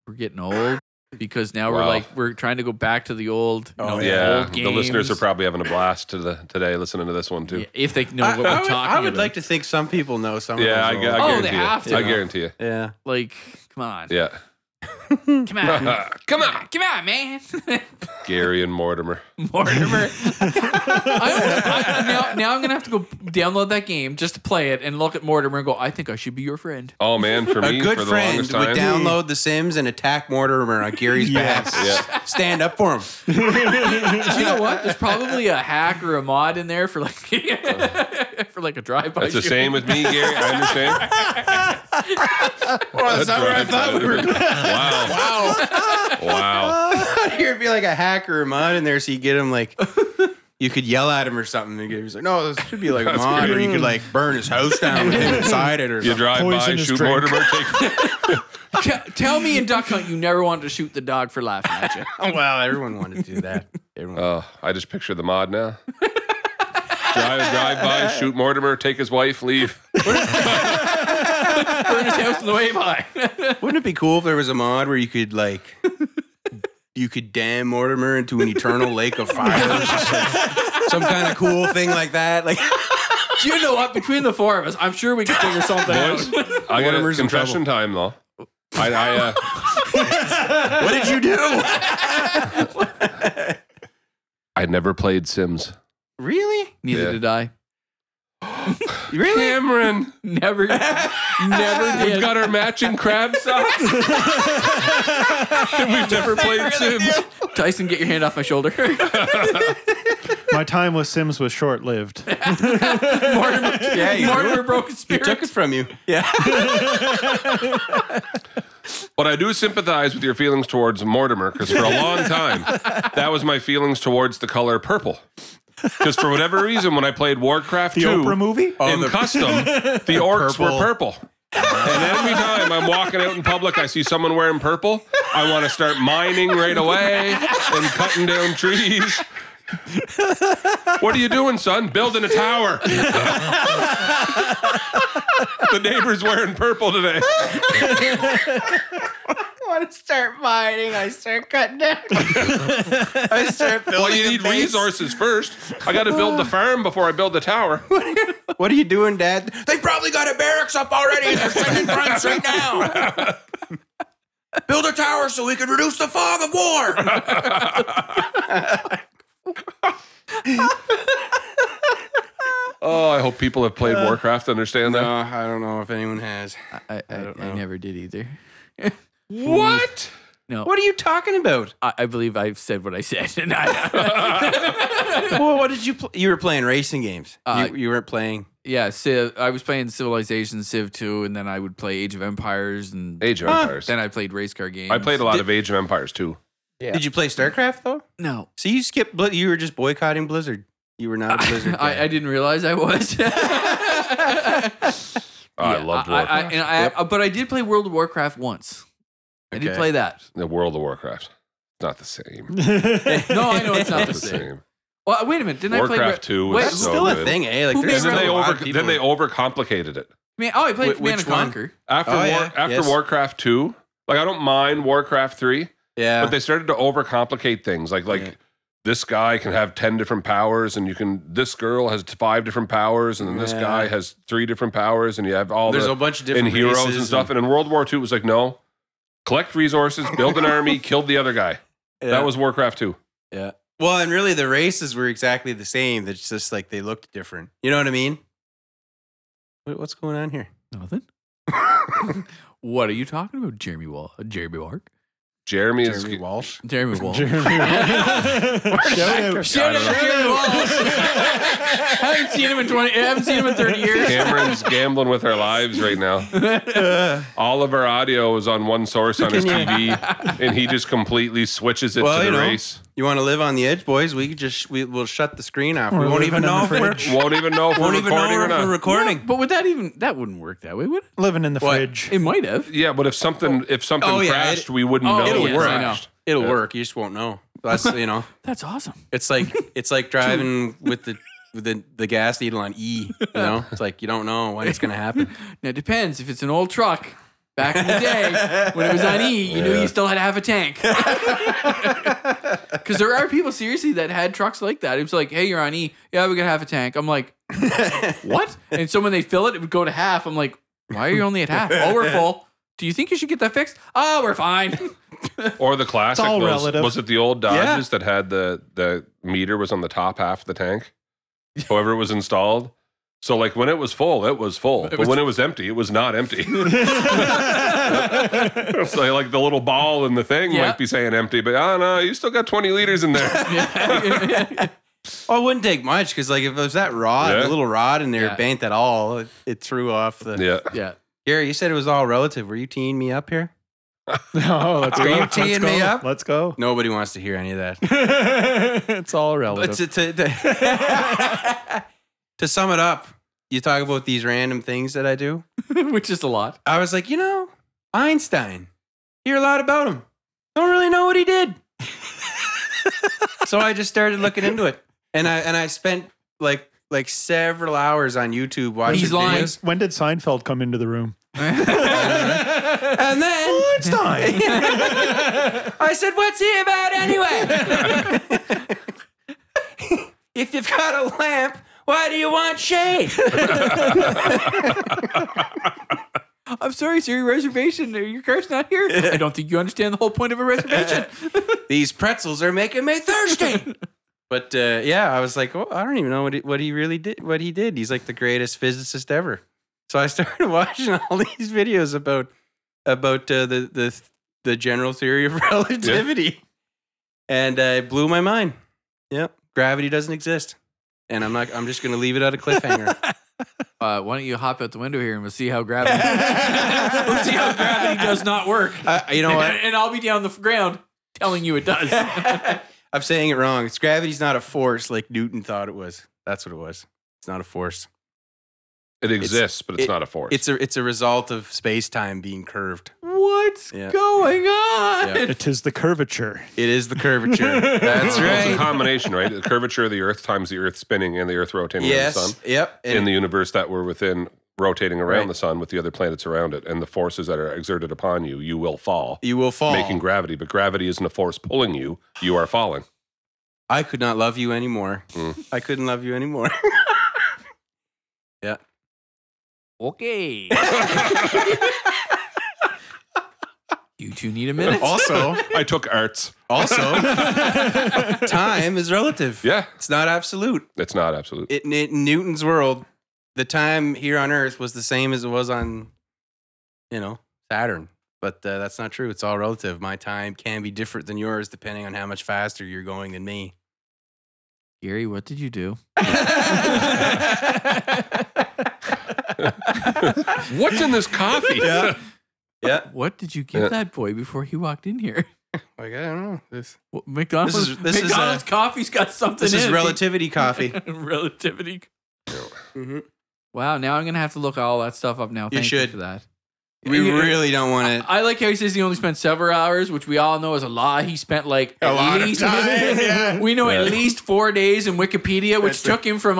Speaker 4: we're getting old because now we're
Speaker 1: Wow.
Speaker 4: like we're trying to go back to the old. You
Speaker 2: Oh,
Speaker 4: know, the
Speaker 1: Yeah,
Speaker 4: old
Speaker 1: the listeners are
Speaker 4: games.
Speaker 1: probably having a blast to the, today listening to this one too.
Speaker 4: Yeah, if they know
Speaker 2: I-
Speaker 4: what we're
Speaker 2: I would,
Speaker 4: talking
Speaker 2: I would
Speaker 4: about.
Speaker 2: like to think some people know some.
Speaker 1: Yeah, I, I
Speaker 2: of those
Speaker 1: guarantee
Speaker 2: old-
Speaker 4: Oh, they
Speaker 1: you.
Speaker 4: have to.
Speaker 1: I guarantee you.
Speaker 2: yeah.
Speaker 4: like, come on,
Speaker 1: Yeah.
Speaker 4: come on,
Speaker 1: Come on,
Speaker 4: come on, man.
Speaker 1: Gary and Mortimer.
Speaker 4: Mortimer. I almost, I, now, now I'm gonna have to go download that game just to play it and look at Mortimer and go. I think I should be your friend.
Speaker 1: Oh man, for
Speaker 2: A
Speaker 1: me,
Speaker 2: good
Speaker 1: for the
Speaker 2: friend would
Speaker 1: longest time.
Speaker 2: download The Sims and attack Mortimer on Gary's
Speaker 6: Yes.
Speaker 2: behalf.
Speaker 1: yeah.
Speaker 2: Stand up for him.
Speaker 4: Do you know what? There's probably a hack or a mod in there for like for like a drive-by.
Speaker 1: That's the
Speaker 4: shooting.
Speaker 1: same with me, Gary. I understand.
Speaker 2: Well,
Speaker 1: That's Wow.
Speaker 4: Wow.
Speaker 1: Wow.
Speaker 2: He'd be like a hacker or mod in there, so you get him like you could yell at him or something. And he was like, no, this should be like a mod. Or you could like burn his house down with him inside it or
Speaker 1: You
Speaker 2: something.
Speaker 1: drive by,
Speaker 6: Poisonous
Speaker 1: shoot
Speaker 6: drink.
Speaker 1: Mortimer, take
Speaker 4: T- tell me in Duck Hunt you never wanted to shoot the dog for laughing at you.
Speaker 2: Oh, wow. Everyone wanted to do that. Everyone.
Speaker 1: Oh, I just picture the mod now. drive, drive by, shoot Mortimer, take his wife, leave.
Speaker 4: Burn his house on the way by.
Speaker 2: Wouldn't it be cool if there was a mod where you could like you could dam Mortimer into an eternal lake of fire? It's just like some kind of cool thing like that. Like
Speaker 4: Do you know what? Between the four of us, I'm sure we could figure something out.
Speaker 1: Boys, I got a
Speaker 2: Mortimer's in
Speaker 1: confession time though. I, I uh,
Speaker 2: what did you do?
Speaker 1: I never played Sims.
Speaker 2: Really?
Speaker 4: Neither
Speaker 1: Yeah.
Speaker 4: did I.
Speaker 2: Really?
Speaker 1: Cameron,
Speaker 4: Never, never did.
Speaker 1: we've got our matching crab socks. And we've never played Sims.
Speaker 4: Tyson, get your hand off my shoulder.
Speaker 6: My time with Sims was short lived.
Speaker 4: Mortimer,
Speaker 2: Yeah, you
Speaker 4: Mortimer broke his
Speaker 2: He
Speaker 4: spirit.
Speaker 2: took it from you. Yeah.
Speaker 1: But I do sympathize with your feelings towards Mortimer because for a long time, that was my feelings towards the color purple. Because for whatever reason, when I played Warcraft
Speaker 6: The
Speaker 1: 2,
Speaker 6: Oprah movie?
Speaker 2: Oh.
Speaker 1: in custom, the orcs were purple. And every time I'm walking out in public, I see someone wearing purple. I want to start mining right away and cutting down trees. What are you doing, son? Building a tower. the neighbor's wearing purple today.
Speaker 2: want to start mining. I start cutting down. I start building.
Speaker 1: Well, you
Speaker 2: a
Speaker 1: need
Speaker 2: base.
Speaker 1: resources first. I got to build the farm before I build the tower.
Speaker 2: What are you doing, Dad? They've probably got a barracks up already. They're sending fronts right now. Build a tower so we can reduce the fog of war.
Speaker 1: Oh, I hope people have played Warcraft to understand that.
Speaker 2: I don't know if anyone has.
Speaker 4: I, I, I, never did either.
Speaker 1: What?
Speaker 4: No,
Speaker 2: What are you talking about?
Speaker 4: I, I believe I've said what I said. And I,
Speaker 2: well, what did you play? You were playing racing games.
Speaker 4: Uh,
Speaker 2: you, you weren't playing.
Speaker 4: yeah, Civ, I was playing Civilization, Civ 2, and then I would play Age of Empires, and
Speaker 1: Age of Empires.
Speaker 4: then I played race car games.
Speaker 1: I played a lot of Age of Empires too.
Speaker 4: Yeah.
Speaker 2: Did you play StarCraft though?
Speaker 4: No,
Speaker 2: So you skipped. Bli- You were just boycotting Blizzard. You were not a Blizzard. guy.
Speaker 4: I, I didn't realize I was.
Speaker 1: Oh, I
Speaker 4: Yeah,
Speaker 1: loved
Speaker 4: I-
Speaker 1: Warcraft.
Speaker 4: I, and I, uh, But I did play World of Warcraft once. I did
Speaker 2: Okay.
Speaker 4: play that.
Speaker 1: the World of Warcraft. Not the same.
Speaker 4: No, I know it's not
Speaker 1: Not
Speaker 4: the
Speaker 1: the
Speaker 4: same.
Speaker 1: same.
Speaker 4: Well, wait a minute. Didn't I play?
Speaker 1: Warcraft 2 was
Speaker 4: Wait,
Speaker 2: That's
Speaker 1: so
Speaker 2: still a
Speaker 1: good.
Speaker 2: thing, eh? Like,
Speaker 4: Who
Speaker 2: there's
Speaker 4: made
Speaker 1: And
Speaker 2: still
Speaker 1: then they
Speaker 2: a lot
Speaker 1: over
Speaker 2: of people
Speaker 1: then they
Speaker 2: who-
Speaker 1: overcomplicated it.
Speaker 4: Man, oh, I played
Speaker 2: Wh-
Speaker 4: Man
Speaker 2: which
Speaker 4: and
Speaker 2: one?
Speaker 4: Conquer.
Speaker 1: After
Speaker 2: Oh,
Speaker 1: War,
Speaker 2: yeah,
Speaker 1: after
Speaker 2: yes.
Speaker 1: Warcraft 2, like I don't mind Warcraft 3,
Speaker 2: yeah.
Speaker 1: but they started to overcomplicate things. Like like
Speaker 2: Yeah.
Speaker 1: this guy can have 10 different powers and you can this girl has five different powers and then this
Speaker 2: Yeah.
Speaker 1: guy has three different powers and you have all
Speaker 2: there's
Speaker 1: the
Speaker 2: a bunch of
Speaker 1: and
Speaker 2: different
Speaker 1: heroes
Speaker 2: races
Speaker 1: and stuff and, in World War 2 it was like no, collect resources, build an army, killed the other guy.
Speaker 2: Yeah.
Speaker 1: That was Warcraft 2.
Speaker 2: Yeah. Well, and really the races were exactly the same. It's just like they looked different. You know what I mean? What, what's going on here?
Speaker 4: Nothing. what are you talking about, Jeremy Wall? Jeremy Wark?
Speaker 1: Jeremy, is
Speaker 2: Walsh.
Speaker 4: Jeremy Wall.
Speaker 6: Jeremy Walsh. Shout out.
Speaker 4: Shout out to Jeremy Walsh. haven't seen him in twenty. Haven't seen him in thirty years.
Speaker 1: Cameron's gambling with our lives right now. All of our audio is on one source on his TV, and he just completely switches it
Speaker 2: Well,
Speaker 1: to
Speaker 2: you
Speaker 1: the
Speaker 2: know.
Speaker 1: race.
Speaker 2: You want to live on the edge, boys? We could just we will shut the screen off.
Speaker 6: Or
Speaker 2: we won't
Speaker 6: live
Speaker 2: even
Speaker 6: in
Speaker 2: know
Speaker 6: the
Speaker 2: if we're
Speaker 6: fridge.
Speaker 1: Won't even know if
Speaker 2: won't
Speaker 1: we're
Speaker 2: even know
Speaker 1: recording or
Speaker 2: if we're
Speaker 1: not.
Speaker 2: recording.
Speaker 4: But would that even? That wouldn't work that way, would it?
Speaker 6: Living in the
Speaker 2: What?
Speaker 6: fridge.
Speaker 4: It might have.
Speaker 1: yeah, but if something if something
Speaker 2: Oh, yeah,
Speaker 1: crashed,
Speaker 2: it-
Speaker 1: we wouldn't
Speaker 4: Oh,
Speaker 1: know.
Speaker 4: it'll
Speaker 1: it
Speaker 4: work. I know.
Speaker 1: crashed.
Speaker 2: It'll
Speaker 1: Yeah.
Speaker 2: work. You just won't know. That's you know.
Speaker 4: That's awesome.
Speaker 2: It's like it's like driving with the with the, the gas needle on E. You know, it's like you don't know when it's gonna happen.
Speaker 4: Now it depends if it's an old truck. Back in the day when it was on E, you knew you still had half a tank. Because there are people seriously that had trucks like that. It was like, hey, you're on E. Yeah, we got half a tank. I'm like, what? And so when they fill it, it would go to half. I'm like, why are you only at half? Oh, we're full. Do you think you should get that fixed? Oh, we're fine.
Speaker 1: Or the classic
Speaker 6: all
Speaker 1: was,
Speaker 6: relative.
Speaker 1: was it the old Dodges that had the the meter was on the top half of the tank, however it was installed. So like when it was full, it was full. but when it was empty, it was not empty. so like the little ball in the thing
Speaker 4: Yeah.
Speaker 1: might be saying empty, but oh no, you still got 20 liters in there.
Speaker 2: Oh, it wouldn't take much because like if it was that rod,
Speaker 1: Yeah.
Speaker 2: the little rod in there
Speaker 4: Yeah.
Speaker 2: banked at all, it, it threw off the.
Speaker 1: yeah.
Speaker 4: yeah.
Speaker 2: Gary, you said it was all relative. Were you teeing me up here?
Speaker 6: No, Oh, let's
Speaker 2: Are
Speaker 6: go.
Speaker 2: you
Speaker 6: Let's
Speaker 2: teeing
Speaker 6: go.
Speaker 2: me up?
Speaker 6: Let's go.
Speaker 2: Nobody wants to hear any of that.
Speaker 6: it's all
Speaker 2: But
Speaker 6: relative.
Speaker 2: to, to, to, to sum it up, you talk about these random things that I do.
Speaker 4: which is a lot.
Speaker 2: I was like, you know, Einstein. Hear a lot about him. Don't really know what he did. so I just started looking into it, and I and I spent like like several hours on YouTube watching
Speaker 4: He's lying.
Speaker 2: videos.
Speaker 6: when did Seinfeld come into the room?
Speaker 2: And then
Speaker 6: It's time.
Speaker 2: I said, "What's he about anyway?" if you've got a lamp, why do you want shade?
Speaker 4: I'm sorry, sir. Your reservation, your car's not here. I don't think you understand the whole point of a reservation.
Speaker 2: These pretzels are making me thirsty. but uh, yeah, I was like, well, I don't even know what he, what he really did. What he did. He's like the greatest physicist ever. So I started watching all these videos about about uh, the the the general theory of relativity, and uh, it blew my mind. Yep, gravity doesn't exist, and I'm not. I'm just going to leave it at a cliffhanger.
Speaker 4: Uh, why don't you hop out the window here and we'll see how gravity. we'll see how gravity does not work.
Speaker 2: Uh, you know what?
Speaker 4: And I'll be down the f- ground telling you it does.
Speaker 2: I'm saying it wrong. It's gravity's not a force like Newton thought it was. That's what it was. It's not a force.
Speaker 1: It exists, but it's
Speaker 2: it-
Speaker 1: not a force.
Speaker 2: It's a it's a result of space time being curved.
Speaker 4: What's
Speaker 2: Yeah.
Speaker 4: going on?
Speaker 2: Yeah.
Speaker 6: it is the curvature.
Speaker 2: It is the curvature. That's
Speaker 1: Well, It's a
Speaker 2: right.
Speaker 1: combination, right? The curvature of the Earth times the Earth spinning and the Earth rotating around the
Speaker 2: Yes.
Speaker 1: sun
Speaker 2: Yep.
Speaker 1: in the universe that we're within, rotating around
Speaker 2: Right.
Speaker 1: the sun with the other planets around it, and the forces that are exerted upon you, you will fall,
Speaker 2: you will fall.
Speaker 1: making gravity. But gravity isn't a force pulling you; you are falling.
Speaker 2: I could not love you anymore.
Speaker 1: Mm.
Speaker 2: I couldn't love you anymore. yeah.
Speaker 4: Okay. you two need a minute.
Speaker 2: Also,
Speaker 1: I took arts.
Speaker 2: also, time is relative.
Speaker 1: Yeah,
Speaker 2: It's not absolute.
Speaker 1: it's not absolute.
Speaker 2: It, in Newton's world, the time here on Earth was the same as it was on, you know, Saturn. But uh, that's not true. It's all relative. My time can be different than yours depending on how much faster you're going than me.
Speaker 4: Gary, what did you do?
Speaker 1: What's in this coffee?
Speaker 2: Yeah.
Speaker 4: What did you give
Speaker 2: Uh,
Speaker 1: Yeah.
Speaker 4: that boy before he walked in here?
Speaker 2: Like I don't know. This
Speaker 4: Well, McDonald's,
Speaker 2: This is- this is, uh,
Speaker 4: McDonald's coffee's got something
Speaker 2: this
Speaker 4: in
Speaker 2: is
Speaker 4: it.
Speaker 2: relativity coffee.
Speaker 4: Relativity.
Speaker 2: Mhm.
Speaker 4: Wow, now I'm going to have to look all that stuff up now.
Speaker 2: You
Speaker 4: Thank
Speaker 2: should.
Speaker 4: for that.
Speaker 2: We
Speaker 4: Yeah, yeah.
Speaker 2: really don't want to.
Speaker 4: I like how he says he only spent several hours, which we all know is a lie. He spent like
Speaker 2: A
Speaker 4: at
Speaker 2: lot of
Speaker 4: least,
Speaker 2: time, yeah.
Speaker 4: We know at
Speaker 1: Yeah.
Speaker 4: least four days in Wikipedia, which took him from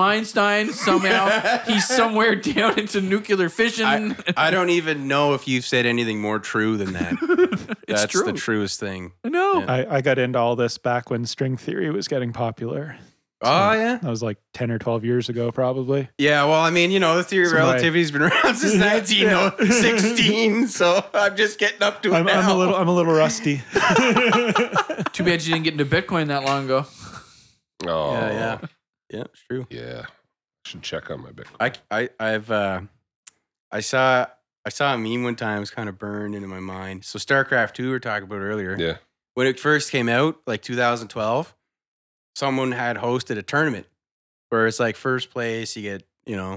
Speaker 4: Einstein somehow. He's somewhere down into nuclear fission.
Speaker 2: I, I don't even know if you've said anything more true than that.
Speaker 4: it's
Speaker 2: That's
Speaker 4: true.
Speaker 2: the truest thing.
Speaker 4: I know.
Speaker 6: I, I got into all this back when string theory was getting popular.
Speaker 2: Oh yeah,
Speaker 6: That was like 10 or 12 years ago, probably.
Speaker 2: yeah. Well, I mean, you know, the theory of
Speaker 6: So my-
Speaker 2: relativity's been around since
Speaker 6: Yeah.
Speaker 2: 1916, so I'm just getting up to it
Speaker 6: I'm,
Speaker 2: now.
Speaker 6: I'm a little I'm a little rusty.
Speaker 4: Too bad you didn't get into Bitcoin that long ago.
Speaker 1: Oh,
Speaker 2: Yeah, yeah, yeah. It's true.
Speaker 1: yeah. Should check on my Bitcoin.
Speaker 2: I, I I've uh, I saw I saw a meme one time. It was kind of burned into my mind. So StarCraft Two, we were talking about earlier.
Speaker 1: Yeah.
Speaker 2: When it first came out, like 2012, someone had hosted a tournament where it's like first place you get you know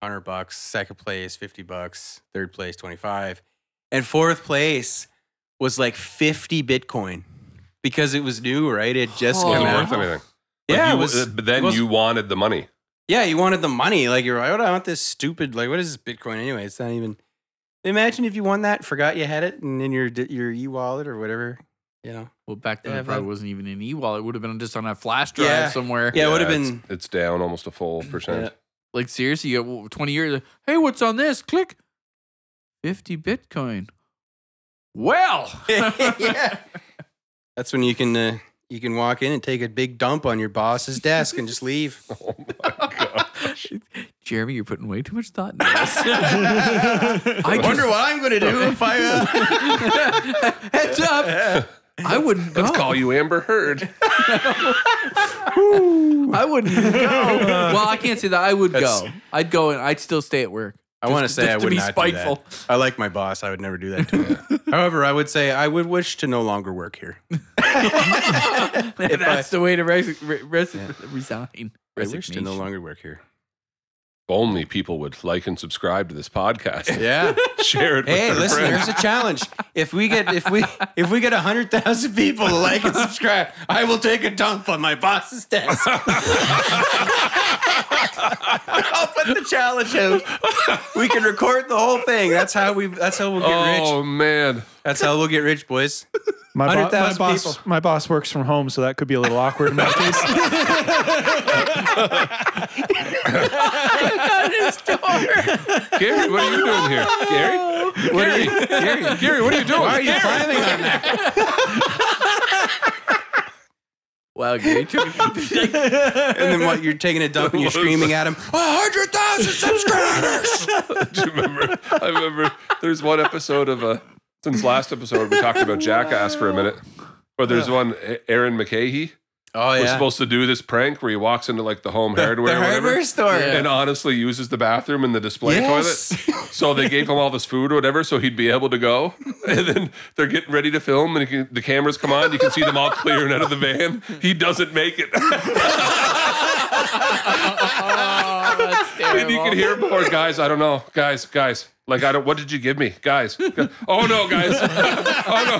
Speaker 2: 100 bucks, second place 50 bucks, third place 25, and fourth place was like 50 Bitcoin because it was new, right? It just
Speaker 4: Oh.
Speaker 2: came
Speaker 1: Wasn't
Speaker 4: Yeah.
Speaker 1: worth
Speaker 2: out.
Speaker 1: anything. But
Speaker 2: Yeah,
Speaker 1: you- uh,
Speaker 2: it was,
Speaker 1: but then
Speaker 2: it was-
Speaker 1: you wanted the money.
Speaker 2: yeah, you wanted the money. Like you're like, oh, I want this stupid. Like, what is this Bitcoin anyway? It's not even. Imagine if you won that, forgot you had it, and in your di- your e wallet or whatever. You know.
Speaker 4: Well, back then
Speaker 2: Yeah,
Speaker 4: it probably
Speaker 2: but-
Speaker 4: wasn't even an e-wallet. It would have been just on a flash drive
Speaker 2: Yeah.
Speaker 4: somewhere.
Speaker 2: Yeah, it would have
Speaker 1: it's-
Speaker 2: been.
Speaker 1: It's, down almost a full percent.
Speaker 2: Yeah.
Speaker 4: Like seriously, you got 20 years. Hey, what's on this? Click. 50 Bitcoin. Well.
Speaker 2: yeah. That's when you can uh, you can walk in and take a big dump on your boss's desk and just leave.
Speaker 1: Oh my god!
Speaker 4: Jeremy, you're putting way too much thought into this. I
Speaker 2: wonder what I'm gonna do if I. Uh...
Speaker 4: Heads up. I wouldn't go.
Speaker 1: Let's call you Amber Heard.
Speaker 4: I wouldn't go. well, I can't say that. I would
Speaker 2: That's-
Speaker 4: go. I'd go and I'd still stay at work.
Speaker 2: I want to
Speaker 4: Just-
Speaker 2: say
Speaker 4: just
Speaker 2: I
Speaker 4: to
Speaker 2: would
Speaker 4: be
Speaker 2: not
Speaker 4: spiteful.
Speaker 2: do that. I like my boss. I would never do that to him. However, I would say I would wish to no longer work here.
Speaker 4: That's the way to res- re- res- resign.
Speaker 2: I wish to no
Speaker 4: Resignation.
Speaker 2: longer work here.
Speaker 1: only people would like and subscribe to this podcast.
Speaker 2: Yeah.
Speaker 1: Share it with
Speaker 2: Hey,
Speaker 1: their
Speaker 2: listen.
Speaker 1: friends.
Speaker 2: There's a challenge. If we get if we if we get hundred thousand people to like and subscribe, I will take a dump on my boss's desk. I'll put the challenge out. We can record the whole thing. That's how we. That's how we'll get rich.
Speaker 1: Oh man.
Speaker 2: That's how we'll get rich, boys.
Speaker 6: My, bo- my
Speaker 2: 100,000
Speaker 6: boss,
Speaker 2: people.
Speaker 6: my boss works from home, so that could be a little awkward in my case.
Speaker 1: Gary, what are you doing here? Gary? What Gary, are you, Gary, Gary, what are you doing?
Speaker 2: Why are you climbing on that?
Speaker 4: Wow, Gary took
Speaker 2: And then what? You're taking a dump and you're screaming at him. hundred thousand subscribers.
Speaker 1: Do you remember? I remember there's one episode of a since last episode we talked about Jackass for a minute. But there's one A- Aaron McCahey
Speaker 2: Oh
Speaker 1: was
Speaker 2: yeah.
Speaker 1: supposed to do this prank where he walks into like the home hardware or
Speaker 2: the
Speaker 1: whatever.
Speaker 2: hardware store.
Speaker 4: Yeah.
Speaker 1: And honestly uses the bathroom and the display
Speaker 2: Yes.
Speaker 1: toilet. So they gave him all this food or whatever so he'd be able to go. And then they're getting ready to film and he can, the cameras come on. You can see them all clearing out of the van. He doesn't make it.
Speaker 4: Oh, that's terrible.
Speaker 1: And you can hear before, guys, I don't know. Guys, guys. Like, I don't, what did you give me? Guys. gu- Oh, no, guys. oh, no.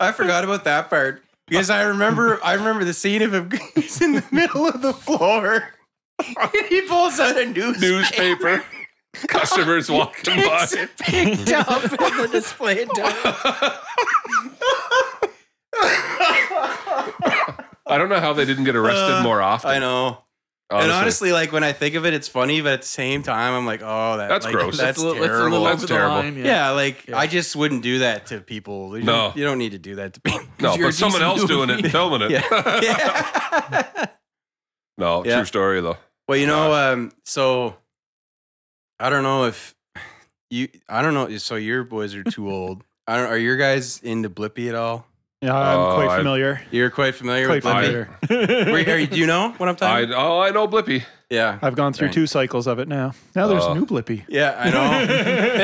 Speaker 2: I forgot about that part because I remember I remember the scene of him he's in the middle of the floor. And he pulls out a news
Speaker 1: Newspaper. Customers walking by.
Speaker 2: It's a big dump in the display dump.
Speaker 1: I don't know how they didn't get arrested more often.
Speaker 2: Uh, I know.
Speaker 1: honestly.
Speaker 2: And honestly, like when I think of it, it's funny, but at the same time, I'm like, oh, that,
Speaker 1: That's
Speaker 2: like,
Speaker 1: gross.
Speaker 2: That's,
Speaker 4: a little- a
Speaker 2: terrible.
Speaker 4: little
Speaker 1: That's
Speaker 4: over the
Speaker 1: terrible.
Speaker 4: line,
Speaker 2: yeah. like I just wouldn't do that to people. You
Speaker 1: No.
Speaker 2: don't- you don't need to do that to people.
Speaker 1: No,
Speaker 4: You're a
Speaker 1: but someone
Speaker 4: decent
Speaker 1: else doing it and filming it. no,
Speaker 2: Yeah.
Speaker 1: true story though.
Speaker 2: Well, you know, um, so I don't know if you, I don't know. So your boys are too old. I don't, are your guys into Blippy at all?
Speaker 6: Yeah, I'm
Speaker 1: Oh,
Speaker 6: quite
Speaker 1: I've-
Speaker 6: familiar.
Speaker 2: You're quite familiar
Speaker 6: Quite
Speaker 2: with Blippy.
Speaker 6: familiar.
Speaker 2: Wait, are you, do you know what I'm
Speaker 1: I
Speaker 2: talking? about?
Speaker 1: oh I know Blippy.
Speaker 2: yeah,
Speaker 6: I've gone through
Speaker 2: Right.
Speaker 6: two cycles of it now. Now there's
Speaker 1: Oh.
Speaker 6: new Blippy.
Speaker 2: yeah, I know. and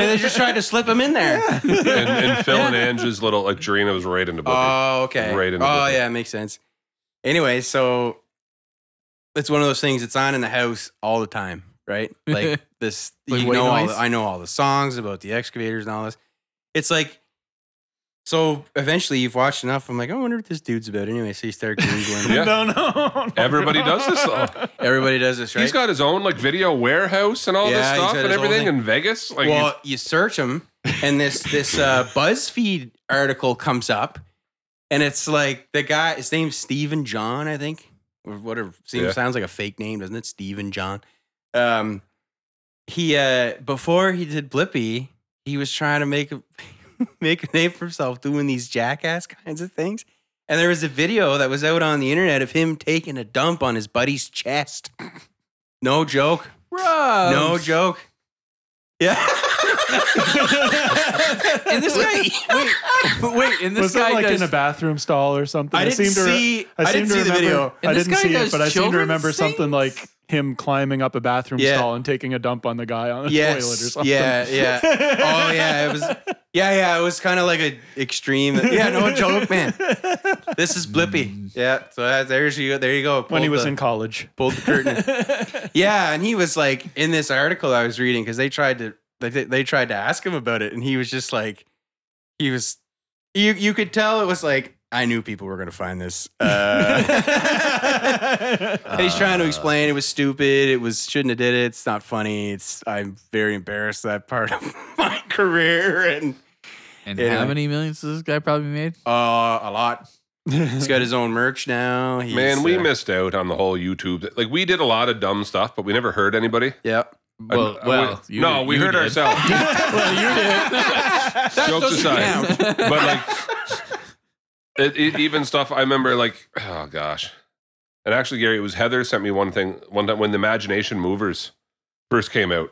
Speaker 2: they just tried to slip him in there.
Speaker 1: And, and Phil and Angie's little like Jarena was right into Blippy.
Speaker 2: Oh, okay.
Speaker 1: Right into
Speaker 2: oh,
Speaker 1: Blippy.
Speaker 2: yeah, makes sense. Anyway, so it's one of those things. It's on in the house all the time, right? Like this,
Speaker 4: Like
Speaker 2: you
Speaker 4: white
Speaker 2: know, all
Speaker 4: noise?
Speaker 2: the, I know all the songs about the excavators and all this. It's like, so eventually you've watched enough. I'm like, I wonder what this dude's about. Anyway, so you start googling.
Speaker 1: Yeah.
Speaker 6: No, no.
Speaker 1: Everybody does this though.
Speaker 2: Everybody does this, right?
Speaker 1: He's got his own like video warehouse and all
Speaker 2: Yeah,
Speaker 1: this
Speaker 2: he's
Speaker 1: stuff
Speaker 2: got
Speaker 1: and
Speaker 2: his own
Speaker 1: everything
Speaker 2: thing.
Speaker 1: in Vegas. Like
Speaker 2: well, you search them, and this this uh, BuzzFeed article comes up, and it's like the guy. His name's Stephen John, I think, or whatever. Seems
Speaker 1: Yeah.
Speaker 2: sounds like a fake name, doesn't it? Stephen John. Um, he uh before he did Blippy, he was trying to make a make a name for himself doing these jackass kinds of things. And there was a video that was out on the internet of him taking a dump on his buddy's chest. No joke.
Speaker 4: Bro.
Speaker 2: No joke. Yeah.
Speaker 4: And this guy, wait, but wait, and this
Speaker 6: was
Speaker 4: guy
Speaker 6: that like
Speaker 4: does,
Speaker 6: in a bathroom stall or something?
Speaker 2: I didn't
Speaker 6: seem to re-
Speaker 2: see. I,
Speaker 6: I, seem
Speaker 2: didn't
Speaker 6: to
Speaker 2: see the
Speaker 6: remember,
Speaker 2: video.
Speaker 4: And
Speaker 6: I
Speaker 4: this
Speaker 6: didn't
Speaker 4: guy
Speaker 6: see
Speaker 4: does
Speaker 6: it, but I seem to
Speaker 4: children's
Speaker 6: remember something
Speaker 4: things?
Speaker 6: like him climbing up a bathroom
Speaker 2: Yeah.
Speaker 6: stall and taking a dump on the guy on the toilet or
Speaker 2: Yes.
Speaker 6: something.
Speaker 2: Yeah. Yeah. Oh yeah. It was. Yeah. Yeah. It was kind of like a extreme. Yeah. No joke, man. This is
Speaker 4: Mm.
Speaker 2: Blippy. Yeah. So that, there's you. There you go.
Speaker 6: When he
Speaker 2: Pulled
Speaker 6: was
Speaker 2: the-
Speaker 6: in college.
Speaker 2: pulled the curtain. yeah, and he was like in this article I was reading because they tried to they, they tried to ask him about it, and he was just like, he was you you could tell it was like I knew people were gonna find this. Uh, and he's trying to explain it was stupid. It was shouldn't have did it. It's not funny. It's I'm very embarrassed that part of my career and
Speaker 4: and
Speaker 2: Yeah.
Speaker 4: how many millions does this guy probably made?
Speaker 2: uh, a lot. He's got his own merch now. He's,
Speaker 1: man, we
Speaker 2: uh,
Speaker 1: missed out on the whole YouTube. Like we did a lot of dumb stuff, but we never heard anybody.
Speaker 2: Yep.
Speaker 4: Well,
Speaker 1: I- I-
Speaker 4: well,
Speaker 1: we-
Speaker 4: you-
Speaker 1: uh, no, we
Speaker 4: you
Speaker 1: heard
Speaker 4: did.
Speaker 1: ourselves. Jokes aside, but like, it, it- even stuff I remember, like, oh gosh, and actually, Gary, it was Heather sent me one thing one time when the Imagination Movers first came out.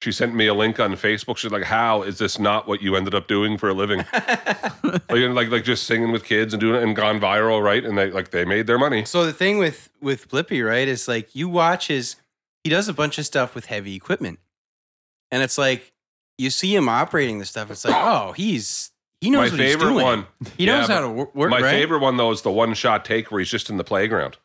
Speaker 1: She sent me a link on Facebook. She's like, "How is this not what you ended up doing for a living? like, and, like, like just singing with kids and doing it and gone viral, right? And they like they made their money.
Speaker 2: So the thing with with Blippi, right, is like you watch his he does a bunch of stuff with heavy equipment. And it's like you see him operating this stuff. It's like, oh, he's he knows
Speaker 1: My
Speaker 2: what he's
Speaker 1: favorite
Speaker 2: doing.
Speaker 1: one,
Speaker 2: He knows
Speaker 1: Yeah,
Speaker 2: how to wor- work.
Speaker 1: my
Speaker 2: right?
Speaker 1: favorite one though, is the one shot take where he's just in the playground.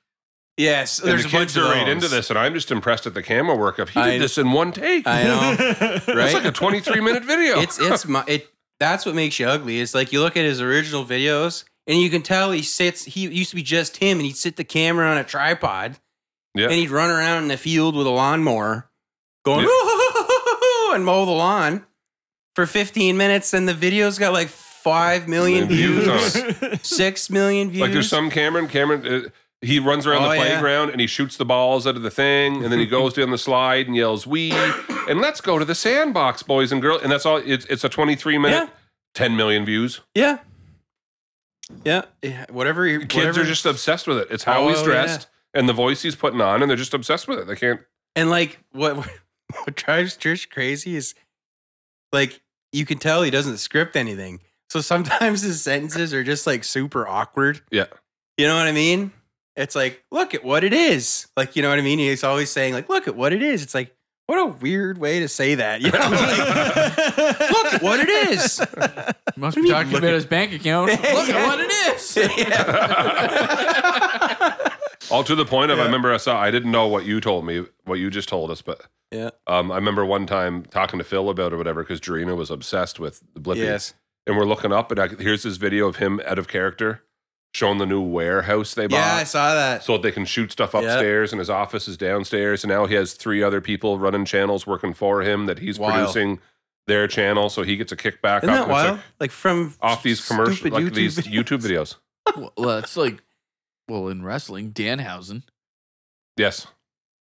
Speaker 2: Yes,
Speaker 1: And
Speaker 2: there's
Speaker 1: the
Speaker 2: a bunch
Speaker 1: kids
Speaker 2: of
Speaker 1: are right
Speaker 2: those.
Speaker 1: into this, and I'm just impressed at the camera work of he did
Speaker 2: I-
Speaker 1: this in one take.
Speaker 2: I know,
Speaker 1: That's
Speaker 2: right?
Speaker 1: like a 23 minute video.
Speaker 2: it's it's my it. That's what makes you ugly. It's like you look at his original videos, and you can tell he sits. He it used to be just him, and he'd sit the camera on a tripod,
Speaker 1: Yeah.
Speaker 2: and he'd run around in the field with a lawnmower, going
Speaker 1: Yeah.
Speaker 2: and mow the lawn for 15 minutes, and the video's got like five million
Speaker 1: The views
Speaker 2: views,
Speaker 1: on
Speaker 2: six million views.
Speaker 1: Like there's some Cameron. Cameron, uh, he runs around
Speaker 2: Oh,
Speaker 1: the
Speaker 2: yeah.
Speaker 1: playground and he shoots the balls out of the thing, and then he goes down the slide and yells "We!" and let's go to the sandbox, boys and girls. And that's all. It's it's a 23 minute,
Speaker 2: Yeah.
Speaker 1: 10 million views.
Speaker 2: yeah, yeah, yeah. Whatever. your-
Speaker 1: Kids
Speaker 2: whatever.
Speaker 1: are just obsessed with it. It's how
Speaker 2: Oh,
Speaker 1: he's dressed and the voice he's putting on, and they're just obsessed with it. They can't.
Speaker 2: And like what what drives Trish crazy is like you can tell he doesn't script anything. So sometimes his sentences are just like super awkward.
Speaker 1: Yeah.
Speaker 2: You know what I mean? It's like, look at what it is. Like, you know what I mean? He's always saying, like, look at what it is. It's like, what a weird way to say that. You know, like, look at what it is.
Speaker 4: Must be talking about his bank account. Look at what it is.
Speaker 1: All to the point of I remember I saw. I didn't know what you told me, what you just told us, but
Speaker 2: Yeah.
Speaker 1: um, I remember one time talking to Phil about it or whatever because Jarena was obsessed with the Blippi.
Speaker 2: Yes.
Speaker 1: and we're looking up, and I, here's this video of him out of character showing the new warehouse they
Speaker 2: Yeah, I
Speaker 1: bought.
Speaker 2: saw that.
Speaker 1: So they can shoot stuff
Speaker 2: Yep.
Speaker 1: upstairs, and his office is downstairs. And now he has three other people running channels working for him that he's
Speaker 2: Wild.
Speaker 1: producing their channel, so he gets a kickback
Speaker 2: Isn't
Speaker 1: off, and
Speaker 2: that
Speaker 1: it's
Speaker 2: wild?
Speaker 1: like,
Speaker 2: Like from
Speaker 1: off these commercials,
Speaker 2: stupid
Speaker 1: like these
Speaker 2: videos.
Speaker 1: YouTube videos.
Speaker 4: well, it's like, well, in wrestling, Danhausen,
Speaker 1: Yes,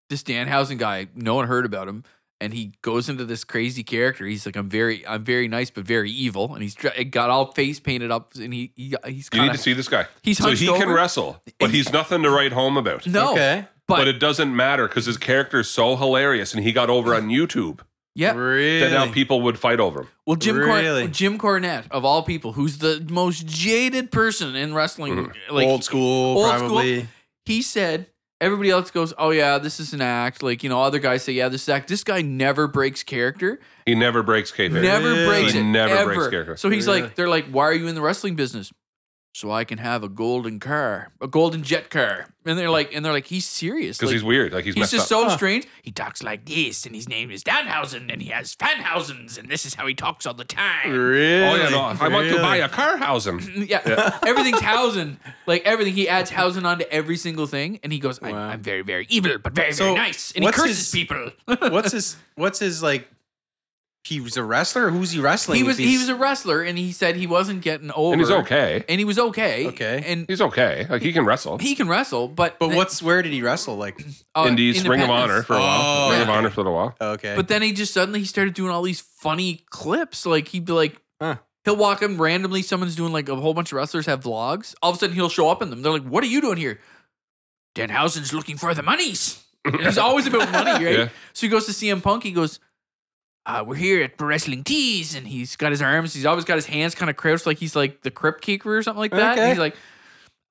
Speaker 4: this Danhausen guy, no one heard about him, and he goes into this crazy character. He's like, I'm very, I'm very nice, but very evil, and he's dre- got all face painted up, and he, he he's
Speaker 1: you
Speaker 4: kind
Speaker 1: need to
Speaker 4: of
Speaker 1: see this guy.
Speaker 4: he's
Speaker 1: so
Speaker 4: hunched
Speaker 1: he can
Speaker 4: over.
Speaker 1: wrestle, but he's nothing to write home about.
Speaker 4: no,
Speaker 2: Okay.
Speaker 4: but,
Speaker 1: But, it doesn't matter because his character is so hilarious, and he got over on YouTube
Speaker 4: yeah.
Speaker 2: Really?
Speaker 1: that now people would fight over him.
Speaker 4: Well, Jim Corn-
Speaker 2: Really?
Speaker 4: Jim Cornette of all people, who's the most jaded person in wrestling,
Speaker 1: Mm-hmm.
Speaker 4: like
Speaker 2: old school,
Speaker 4: old school. Oh,
Speaker 2: probably.
Speaker 4: he said everybody else goes oh yeah this is an act like you know other guys say yeah this is an act this guy never breaks character
Speaker 1: He never breaks kayfabe.
Speaker 4: never
Speaker 2: Really?
Speaker 4: breaks
Speaker 1: He
Speaker 4: it
Speaker 1: never
Speaker 4: ever.
Speaker 1: breaks character.
Speaker 4: so he's
Speaker 2: Really?
Speaker 4: like they're like why are you in the wrestling business so i can have a golden car a golden jet car and they're like and they're like he's serious
Speaker 1: because
Speaker 4: like,
Speaker 1: he's weird. Like he's,
Speaker 4: He's
Speaker 1: messed
Speaker 4: just
Speaker 1: up.
Speaker 4: so strange. He talks like this, and his name is Danhausen, and he has Fanhausens, and this is how he talks all the time.
Speaker 2: Really?
Speaker 1: Oh yeah, no, I want to buy a car housing.
Speaker 4: Yeah, everything's Hausen. Like everything, he adds Hausen onto every single thing, and he goes, I'm,
Speaker 2: Wow.
Speaker 4: I'm very, very evil, but very,
Speaker 2: So,
Speaker 4: very nice." And he
Speaker 2: what's
Speaker 4: curses
Speaker 2: his-
Speaker 4: people.
Speaker 2: what's his what's his like he was a wrestler? Who's he wrestling?
Speaker 4: he
Speaker 2: with
Speaker 4: was
Speaker 2: these-
Speaker 4: he was a wrestler, and he said he wasn't getting over.
Speaker 1: And he's okay.
Speaker 4: And he was okay.
Speaker 2: Okay.
Speaker 4: And
Speaker 1: He's okay. Like he can wrestle.
Speaker 4: he can wrestle, but
Speaker 2: But what's where did he wrestle? Like
Speaker 4: uh,
Speaker 1: Indies, Ring of
Speaker 4: independence.
Speaker 1: Honor for a while.
Speaker 2: Oh,
Speaker 1: Ring of
Speaker 2: yeah.
Speaker 1: Honor for a little while.
Speaker 2: okay.
Speaker 4: But then he just suddenly he started doing all these funny clips. Like he'd be like,
Speaker 2: Huh.
Speaker 4: he'll walk in randomly. Someone's doing like a whole bunch of wrestlers have vlogs. All of a sudden he'll show up in them. They're like, "What are you doing here?" Danhausen's looking for the monies. And he's always about money, right?
Speaker 1: Yeah.
Speaker 4: So he goes to CM Punk. He goes, uh, "We're here at Wrestling Tees," and he's got his arms. He's always got his hands kind of crouched, like he's like the Crypt Keeper or something like that. And
Speaker 2: Okay.
Speaker 4: he's like,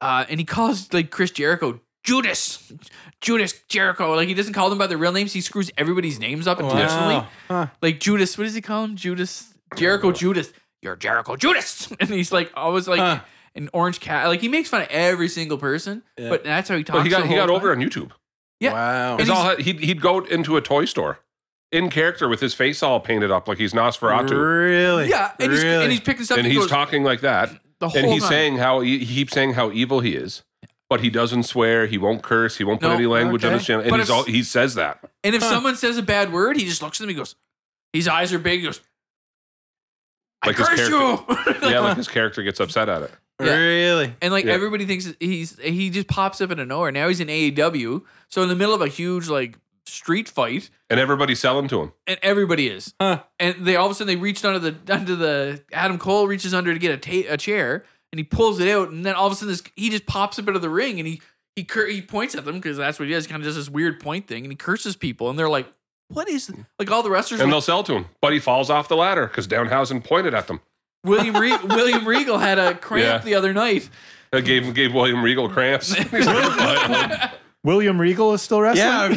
Speaker 4: uh, and he calls like Chris Jericho Judas, Judas Jericho. Like he doesn't call them by their real names. He screws everybody's names up intentionally.
Speaker 2: Huh.
Speaker 4: Like Judas, what does he call him? Judas Jericho Judas. You're Jericho Judas, and he's like always like
Speaker 2: Huh.
Speaker 4: an orange cat. Like he makes fun of every single person,
Speaker 2: Yeah.
Speaker 4: but that's how he talks.
Speaker 1: But he got
Speaker 4: the
Speaker 1: he got
Speaker 4: whole
Speaker 1: over
Speaker 4: time.
Speaker 1: on YouTube.
Speaker 4: yeah.
Speaker 2: Wow.
Speaker 1: He's all he'd he'd go into a toy store in character with his face all painted up like he's Nosferatu.
Speaker 2: Really?
Speaker 4: Yeah, and he's
Speaker 2: Really?
Speaker 4: and he's picking stuff.
Speaker 1: And
Speaker 4: he
Speaker 1: he's
Speaker 4: goes,
Speaker 1: talking like that.
Speaker 4: the
Speaker 1: And
Speaker 4: whole
Speaker 1: he's
Speaker 4: time.
Speaker 1: saying how he, he keeps saying how evil he is. But he doesn't swear, he won't curse, he won't put
Speaker 4: No.
Speaker 1: any language on
Speaker 2: Okay.
Speaker 1: his channel. And
Speaker 4: But
Speaker 1: he's
Speaker 4: if-
Speaker 1: all he says that.
Speaker 4: And if someone says a bad word, he just looks at them. He goes, his eyes are big. He goes, I
Speaker 1: Like his
Speaker 4: curse you.
Speaker 1: Yeah, like his character gets upset at it.
Speaker 4: Yeah.
Speaker 2: Really?
Speaker 4: And like
Speaker 1: Yeah.
Speaker 4: everybody thinks he's he just pops up out of nowhere. Now he's in AEW. So in the middle of a huge like street fight,
Speaker 1: And everybody's selling to him.
Speaker 4: and everybody is.
Speaker 2: Huh.
Speaker 4: And they all of a sudden they reached under the under the Adam Cole reaches under to get a ta- a chair and he pulls it out and then all of a sudden this he just pops up out of the ring and he he cur- he points at them because that's what he does. Kind of does this weird point thing and he curses people and they're like, "What is th-" like all the wrestlers?"
Speaker 1: Hmm. And
Speaker 4: were-
Speaker 1: they'll sell to him. But he falls off the ladder because Downhausen pointed at them.
Speaker 4: William Re- William Regal had a cramp
Speaker 1: Yeah.
Speaker 4: the other night.
Speaker 1: That gave gave William Regal cramps. He's, like,
Speaker 6: William Regal is still wrestling.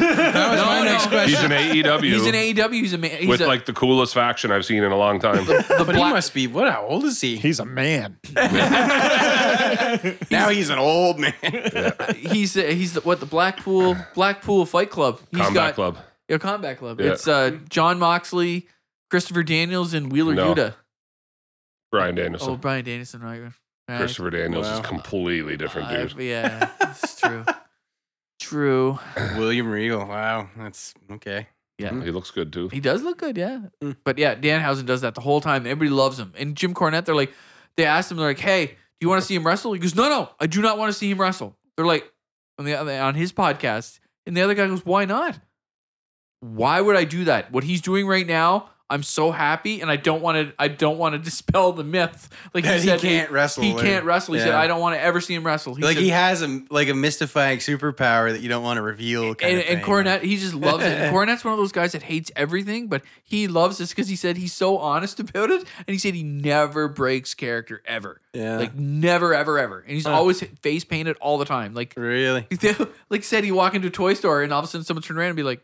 Speaker 2: Yeah. That was
Speaker 4: No,
Speaker 2: my
Speaker 4: no.
Speaker 2: next question.
Speaker 1: he's an AEW.
Speaker 4: He's in AEW. He's a man. He's
Speaker 1: with
Speaker 4: a,
Speaker 1: like the coolest faction I've seen in a long time.
Speaker 4: the
Speaker 2: But he
Speaker 4: black-
Speaker 2: must be what how old is he?
Speaker 6: He's a man.
Speaker 2: now he's an old man.
Speaker 4: he's he's the, what the Blackpool Blackpool Fight Club. He's
Speaker 1: Combat
Speaker 4: got
Speaker 1: Club.
Speaker 4: Yeah, Combat Club.
Speaker 1: Yeah.
Speaker 4: It's uh, John Moxley, Christopher Daniels, and Wheeler
Speaker 1: No.
Speaker 4: Yuta.
Speaker 1: Brian
Speaker 4: Oh,
Speaker 1: Danielson.
Speaker 4: Brian Danielson, right? Right.
Speaker 1: Christopher Daniels
Speaker 2: Wow.
Speaker 1: is completely different,
Speaker 4: Uh,
Speaker 1: dude.
Speaker 4: yeah, it's true. True.
Speaker 2: William Regal. Wow, that's okay.
Speaker 4: Yeah.
Speaker 1: He looks good too.
Speaker 4: He does look good, yeah.
Speaker 2: Mm.
Speaker 4: But yeah, Danhausen does that the whole time. Everybody loves him. And Jim Cornette, they're like, they asked him, they're like, hey, do you want to see him wrestle? He goes, no, no, I do not want to see him wrestle. They're like, on the other- on his podcast, and the other guy goes, why not? Why would I do that? What he's doing right now, I'm so happy, and I don't want to. I don't want to dispel the myth. Like
Speaker 2: That
Speaker 4: he
Speaker 2: he
Speaker 4: said,
Speaker 2: can't wrestle
Speaker 4: He
Speaker 2: or-
Speaker 4: can't wrestle. He said,
Speaker 2: Yeah.
Speaker 4: I don't want to ever see him wrestle. He
Speaker 2: like
Speaker 4: said,
Speaker 2: he has a like a mystifying superpower that you don't want to reveal. Kind
Speaker 4: and,
Speaker 2: of thing.
Speaker 4: and Cornette, he just loves it. And Cornette's one of those guys that hates everything, but he loves this because he said he's so honest about it, and he said he never breaks character ever,
Speaker 2: Yeah.
Speaker 4: like never, ever, ever, and he's always face painted all the time. Like,
Speaker 2: really?
Speaker 4: like said, he walk into a toy store, and all of a sudden someone turn around and be like,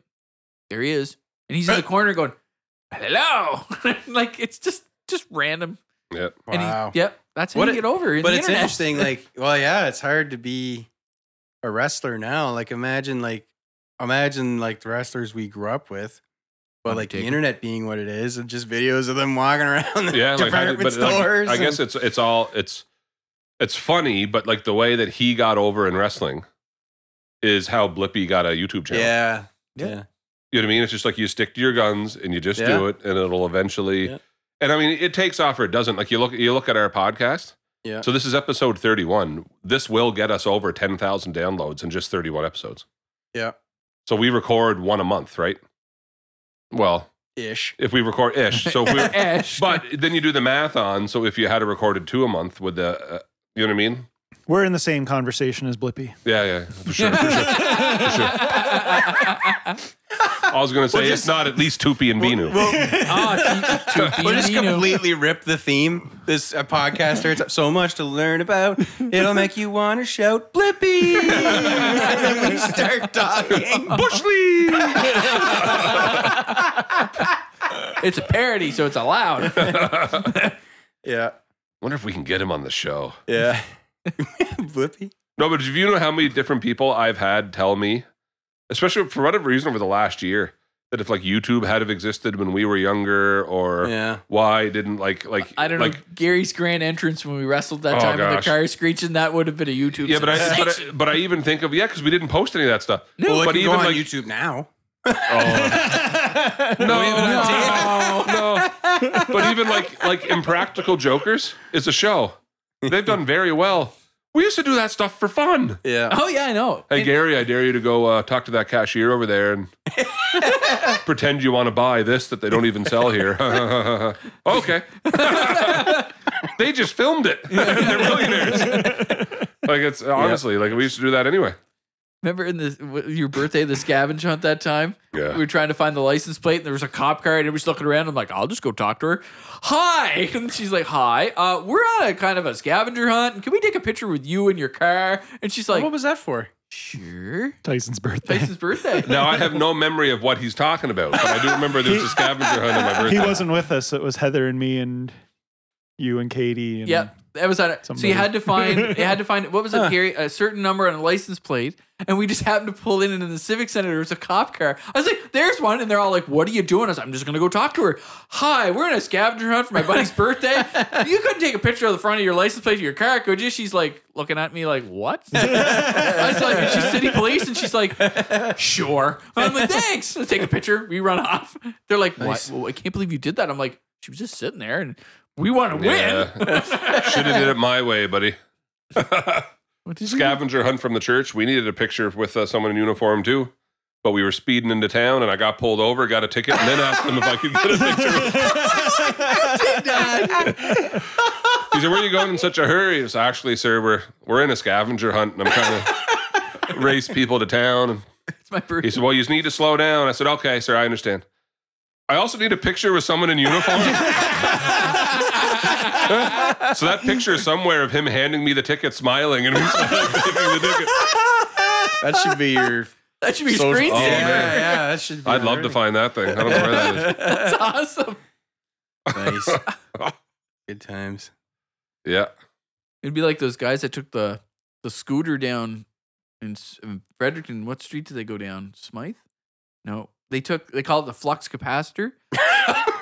Speaker 4: "There he is," and he's in the corner going, "Hello," like it's just just random.
Speaker 1: Yeah.
Speaker 4: And
Speaker 2: Wow.
Speaker 4: he, yep, that's how
Speaker 2: What
Speaker 4: you
Speaker 2: it-
Speaker 4: get over. in
Speaker 2: but
Speaker 4: the
Speaker 2: it's
Speaker 4: internet.
Speaker 2: interesting. Like, well, yeah, it's hard to be a wrestler now. Like, imagine like imagine like the wrestlers we grew up with. But like the
Speaker 4: Undertaker.
Speaker 2: internet being what it is, and just videos of them walking around the
Speaker 1: Yeah, like, how did-
Speaker 2: department
Speaker 1: but like,
Speaker 2: stores.
Speaker 1: I guess it's it's all it's it's funny, but like the way that he got over in wrestling is how Blippy got a YouTube
Speaker 2: and-
Speaker 1: channel.
Speaker 2: yeah,
Speaker 4: Yeah.
Speaker 2: yeah,
Speaker 1: You know what I mean? It's just like you stick to your guns and you just do
Speaker 2: Yeah.
Speaker 1: it, and it'll eventually.
Speaker 2: Yeah.
Speaker 1: And I mean, it takes off or it doesn't. Like you look, you look at our podcast.
Speaker 2: Yeah.
Speaker 1: So this is episode thirty-one. This will get us over ten thousand downloads in just thirty-one episodes.
Speaker 2: Yeah.
Speaker 1: So we record one a month, right? Well,
Speaker 2: ish.
Speaker 1: if we record ish, so if we,
Speaker 4: Ash.
Speaker 1: but then you do the math on. So if you had it recorded two a month, with the, uh, you know what I mean?
Speaker 6: We're in the same conversation as Blippy.
Speaker 1: Yeah, yeah, for sure. For sure. I was gonna say it's not at least Tupi and Binu.
Speaker 4: Ah, to- to
Speaker 2: We'll just
Speaker 4: Bino.
Speaker 2: completely rip the theme. This uh, podcast starts up so much to learn about. It'll make you want to shout Blippy, and then we start talking.
Speaker 4: It's a parody, so it's allowed.
Speaker 2: Yeah,
Speaker 1: Wonder if we can get him on the show.
Speaker 2: yeah. Blippy.
Speaker 1: No, but do you know how many different people I've had tell me, especially for whatever reason over the last year, that if like YouTube had have existed when we were younger, or
Speaker 2: Yeah.
Speaker 1: why didn't like like
Speaker 4: I don't
Speaker 1: like,
Speaker 4: know. Gary's grand entrance when we wrestled that
Speaker 1: Oh,
Speaker 4: time with
Speaker 1: gosh.
Speaker 4: the car screeching, that would have been a YouTube
Speaker 1: Yeah, but I,
Speaker 4: sensation.
Speaker 1: but I but I even think of yeah because we didn't post any of that stuff.
Speaker 4: No.
Speaker 2: Well, it
Speaker 1: but
Speaker 2: can
Speaker 1: even
Speaker 2: go on
Speaker 1: like oh.
Speaker 2: YouTube now.
Speaker 1: no, no, no, but even like like Impractical Jokers is a show. They've done very well. We used to do that stuff for fun.
Speaker 2: Yeah.
Speaker 4: oh, yeah, I know.
Speaker 1: Hey
Speaker 4: And-
Speaker 1: Gary, I dare you to go uh, talk to that cashier over there and pretend you want to buy this that they don't even sell here. okay. they just filmed it. They're millionaires. like it's honestly like we used to do that anyway.
Speaker 4: remember in the w- your birthday, the scavenge hunt that time?
Speaker 1: Yeah.
Speaker 4: We were trying to find the license plate, and there was a cop car, and everybody's looking around. I'm like, I'll just go talk to her. Hi. And she's like, Hi. Uh, we're on a kind of a scavenger hunt, and can we take a picture with you and your car? And she's like,
Speaker 2: what was that for?
Speaker 4: Sure.
Speaker 6: Tyson's birthday.
Speaker 4: Tyson's birthday.
Speaker 1: Now I have no memory of what he's talking about, but I do remember there was a scavenger hunt on my birthday.
Speaker 6: He wasn't with us. It was Heather and me and you and Katie. And
Speaker 4: Yep. That was on it. So
Speaker 6: Somebody.
Speaker 4: you had to find, you had to find, what was it, Gary? A certain number on a license plate. And we just happened to pull in, and in the Civic Center, there was a cop car. I was like, there's one. And they're all like, what are you doing? I was like, I'm just going to go talk to her. Hi, we're in a scavenger hunt for my buddy's birthday. You couldn't take a picture of the front of your license plate of your car, could you? She's like, looking at me like, what? I was like, and she's city police. And she's like, sure. And I'm like, thanks. Let's take a picture. We run off. They're like, what? Well, I can't believe you did that. I'm like, she was just sitting there and we want to win.
Speaker 1: Should have did it my way, buddy.
Speaker 4: What did you do?
Speaker 1: Scavenger hunt from the church. We needed a picture with uh, someone in uniform too, but we were speeding into town, and I got pulled over, got a ticket, and then asked them if I could get a picture. he said, "Where are you going in such a hurry?" It's actually, sir, we're we're in a scavenger hunt, and I'm trying to race people to town. And
Speaker 4: It's my
Speaker 1: he
Speaker 4: birthday.
Speaker 1: said, "Well, you just need to slow down." I said, "Okay, sir, I understand." I also need a picture with someone in uniform. so that picture is somewhere of him handing me the ticket, smiling, and me taking the ticket.
Speaker 2: That should be your.
Speaker 4: That should be a
Speaker 2: social-
Speaker 4: screensaver.
Speaker 1: Oh,
Speaker 2: yeah,
Speaker 1: man.
Speaker 2: yeah, that should. Be
Speaker 1: I'd love to find that thing. I don't know where that is.
Speaker 4: That's awesome.
Speaker 2: to find. Nice. Good times.
Speaker 1: Yeah.
Speaker 4: It'd be like those guys that took the the scooter down in, S- in Fredericton. What street did they go down? Smythe? No, they took. They call it the flux capacitor.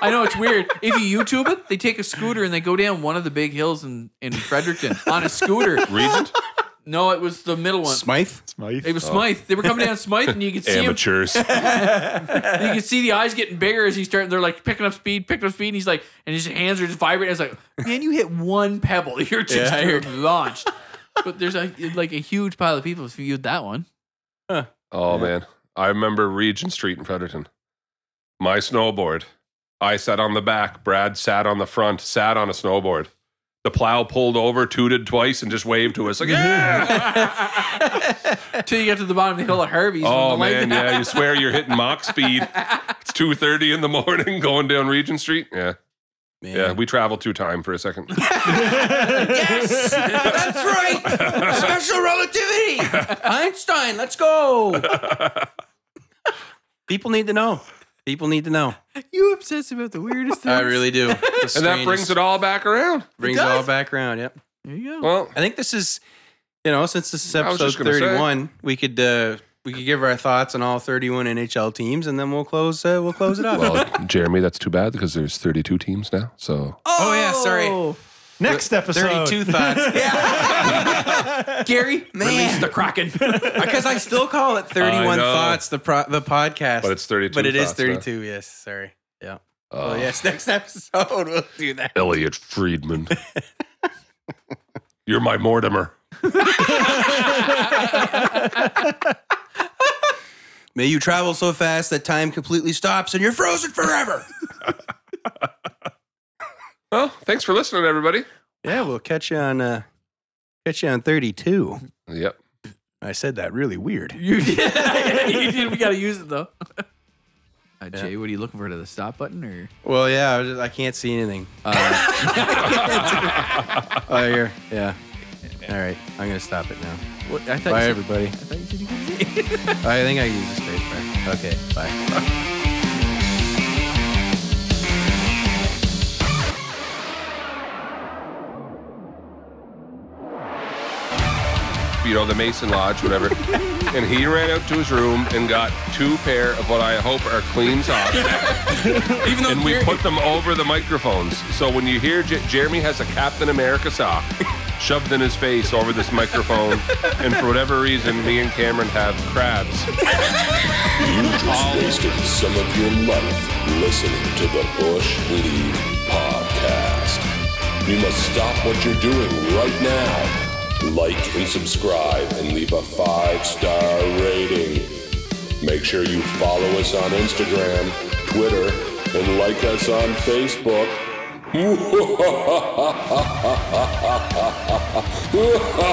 Speaker 4: I know it's weird. If you YouTube it, they take a scooter and they go down one of the big hills in in Fredericton on a scooter.
Speaker 1: Regent?
Speaker 4: No, it was the middle one.
Speaker 2: Smythe?
Speaker 6: Smythe.
Speaker 4: It was Smythe. They were coming down Smythe, and you could see him
Speaker 1: Amateurs.
Speaker 4: you can see the eyes getting bigger as he's starting. They're like picking up speed, picking up speed. And he's like, and his hands are just vibrating. It's like, man, you hit one pebble, you're just
Speaker 2: Yeah.
Speaker 4: you're launched. But there's a, like a huge pile of people who viewed that one.
Speaker 1: Oh man, I remember Regent Street in Fredericton. My snowboard. I sat on the back. Brad sat on the front. Sat on a snowboard. The plow pulled over, tooted twice, and just waved to us like, "Yeah!"
Speaker 4: Till you get to the bottom of the hill at Harvey's.
Speaker 1: oh
Speaker 4: when the light-
Speaker 1: man, yeah, you swear you're hitting mock speed. It's two thirty in the morning, going down Regent Street. Yeah,
Speaker 2: Man.
Speaker 1: yeah, we traveled through time for a second.
Speaker 2: Yes, that's right. Special relativity. Einstein, let's go. People need to know. People need to know.
Speaker 4: You obsess about the weirdest things.
Speaker 2: I really do.
Speaker 1: and that brings it all back around.
Speaker 2: brings
Speaker 4: It
Speaker 2: it
Speaker 4: does.
Speaker 2: all back around. Yep.
Speaker 4: There you go.
Speaker 1: Well,
Speaker 2: I think this is, you know, since this is
Speaker 1: I was
Speaker 2: episode
Speaker 1: just gonna say.
Speaker 2: thirty-one, we could uh, we could give our thoughts on all thirty-one NHL teams, and then we'll close uh, we'll close it up.
Speaker 1: well, Jeremy, that's too bad because there's 32 teams now. So
Speaker 2: oh yeah, sorry.
Speaker 4: Oh,
Speaker 6: Next episode.
Speaker 2: Thirty-two thoughts. Yeah,
Speaker 4: Gary, release
Speaker 2: Man.
Speaker 4: the Kraken.
Speaker 2: because I still call it
Speaker 1: I
Speaker 2: thirty-one
Speaker 1: know.
Speaker 2: thoughts. The pro- the podcast,
Speaker 1: But it's 32
Speaker 2: But it is
Speaker 1: thoughts, yeah.
Speaker 2: thirty-two. Yes, sorry. Yeah.
Speaker 1: Oh,
Speaker 2: well, yes, next episode we'll do that.
Speaker 1: Elliot Friedman. You're my Mortimer.
Speaker 2: May you travel so fast that time completely stops and you're frozen forever.
Speaker 1: Well, thanks for listening, everybody.
Speaker 2: yeah, we'll catch you on uh, catch you on thirty-two.
Speaker 1: Yep.
Speaker 2: I said that really weird.
Speaker 4: you did. you did. We got to use it, though. Uh, Jay, what are you looking for? To the stop button or?
Speaker 2: Well, yeah, I, was just- I can't see anything. Uh, oh, you're, yeah. All right, I'm gonna stop it now.
Speaker 4: What, I thought
Speaker 2: Bye,
Speaker 4: you said-
Speaker 2: everybody.
Speaker 4: I thought you said you could see.
Speaker 2: I think I used the spacebar. Okay, bye.
Speaker 1: You know, the Mason Lodge, whatever. and he ran out to his room and got two pair of what I hope are clean socks.
Speaker 4: Even though
Speaker 1: and we
Speaker 4: Gary-
Speaker 1: put them over the microphones. So when you hear J- Jeremy has a Captain America sock shoved in his face over this microphone, and for whatever reason, me and Cameron have crabs.
Speaker 7: You just wasted some of your month listening to the Bush League podcast. You must stop what you're doing right now. Like and subscribe and leave a five star rating. Make sure you follow us on Instagram, Twitter, and like us on Facebook.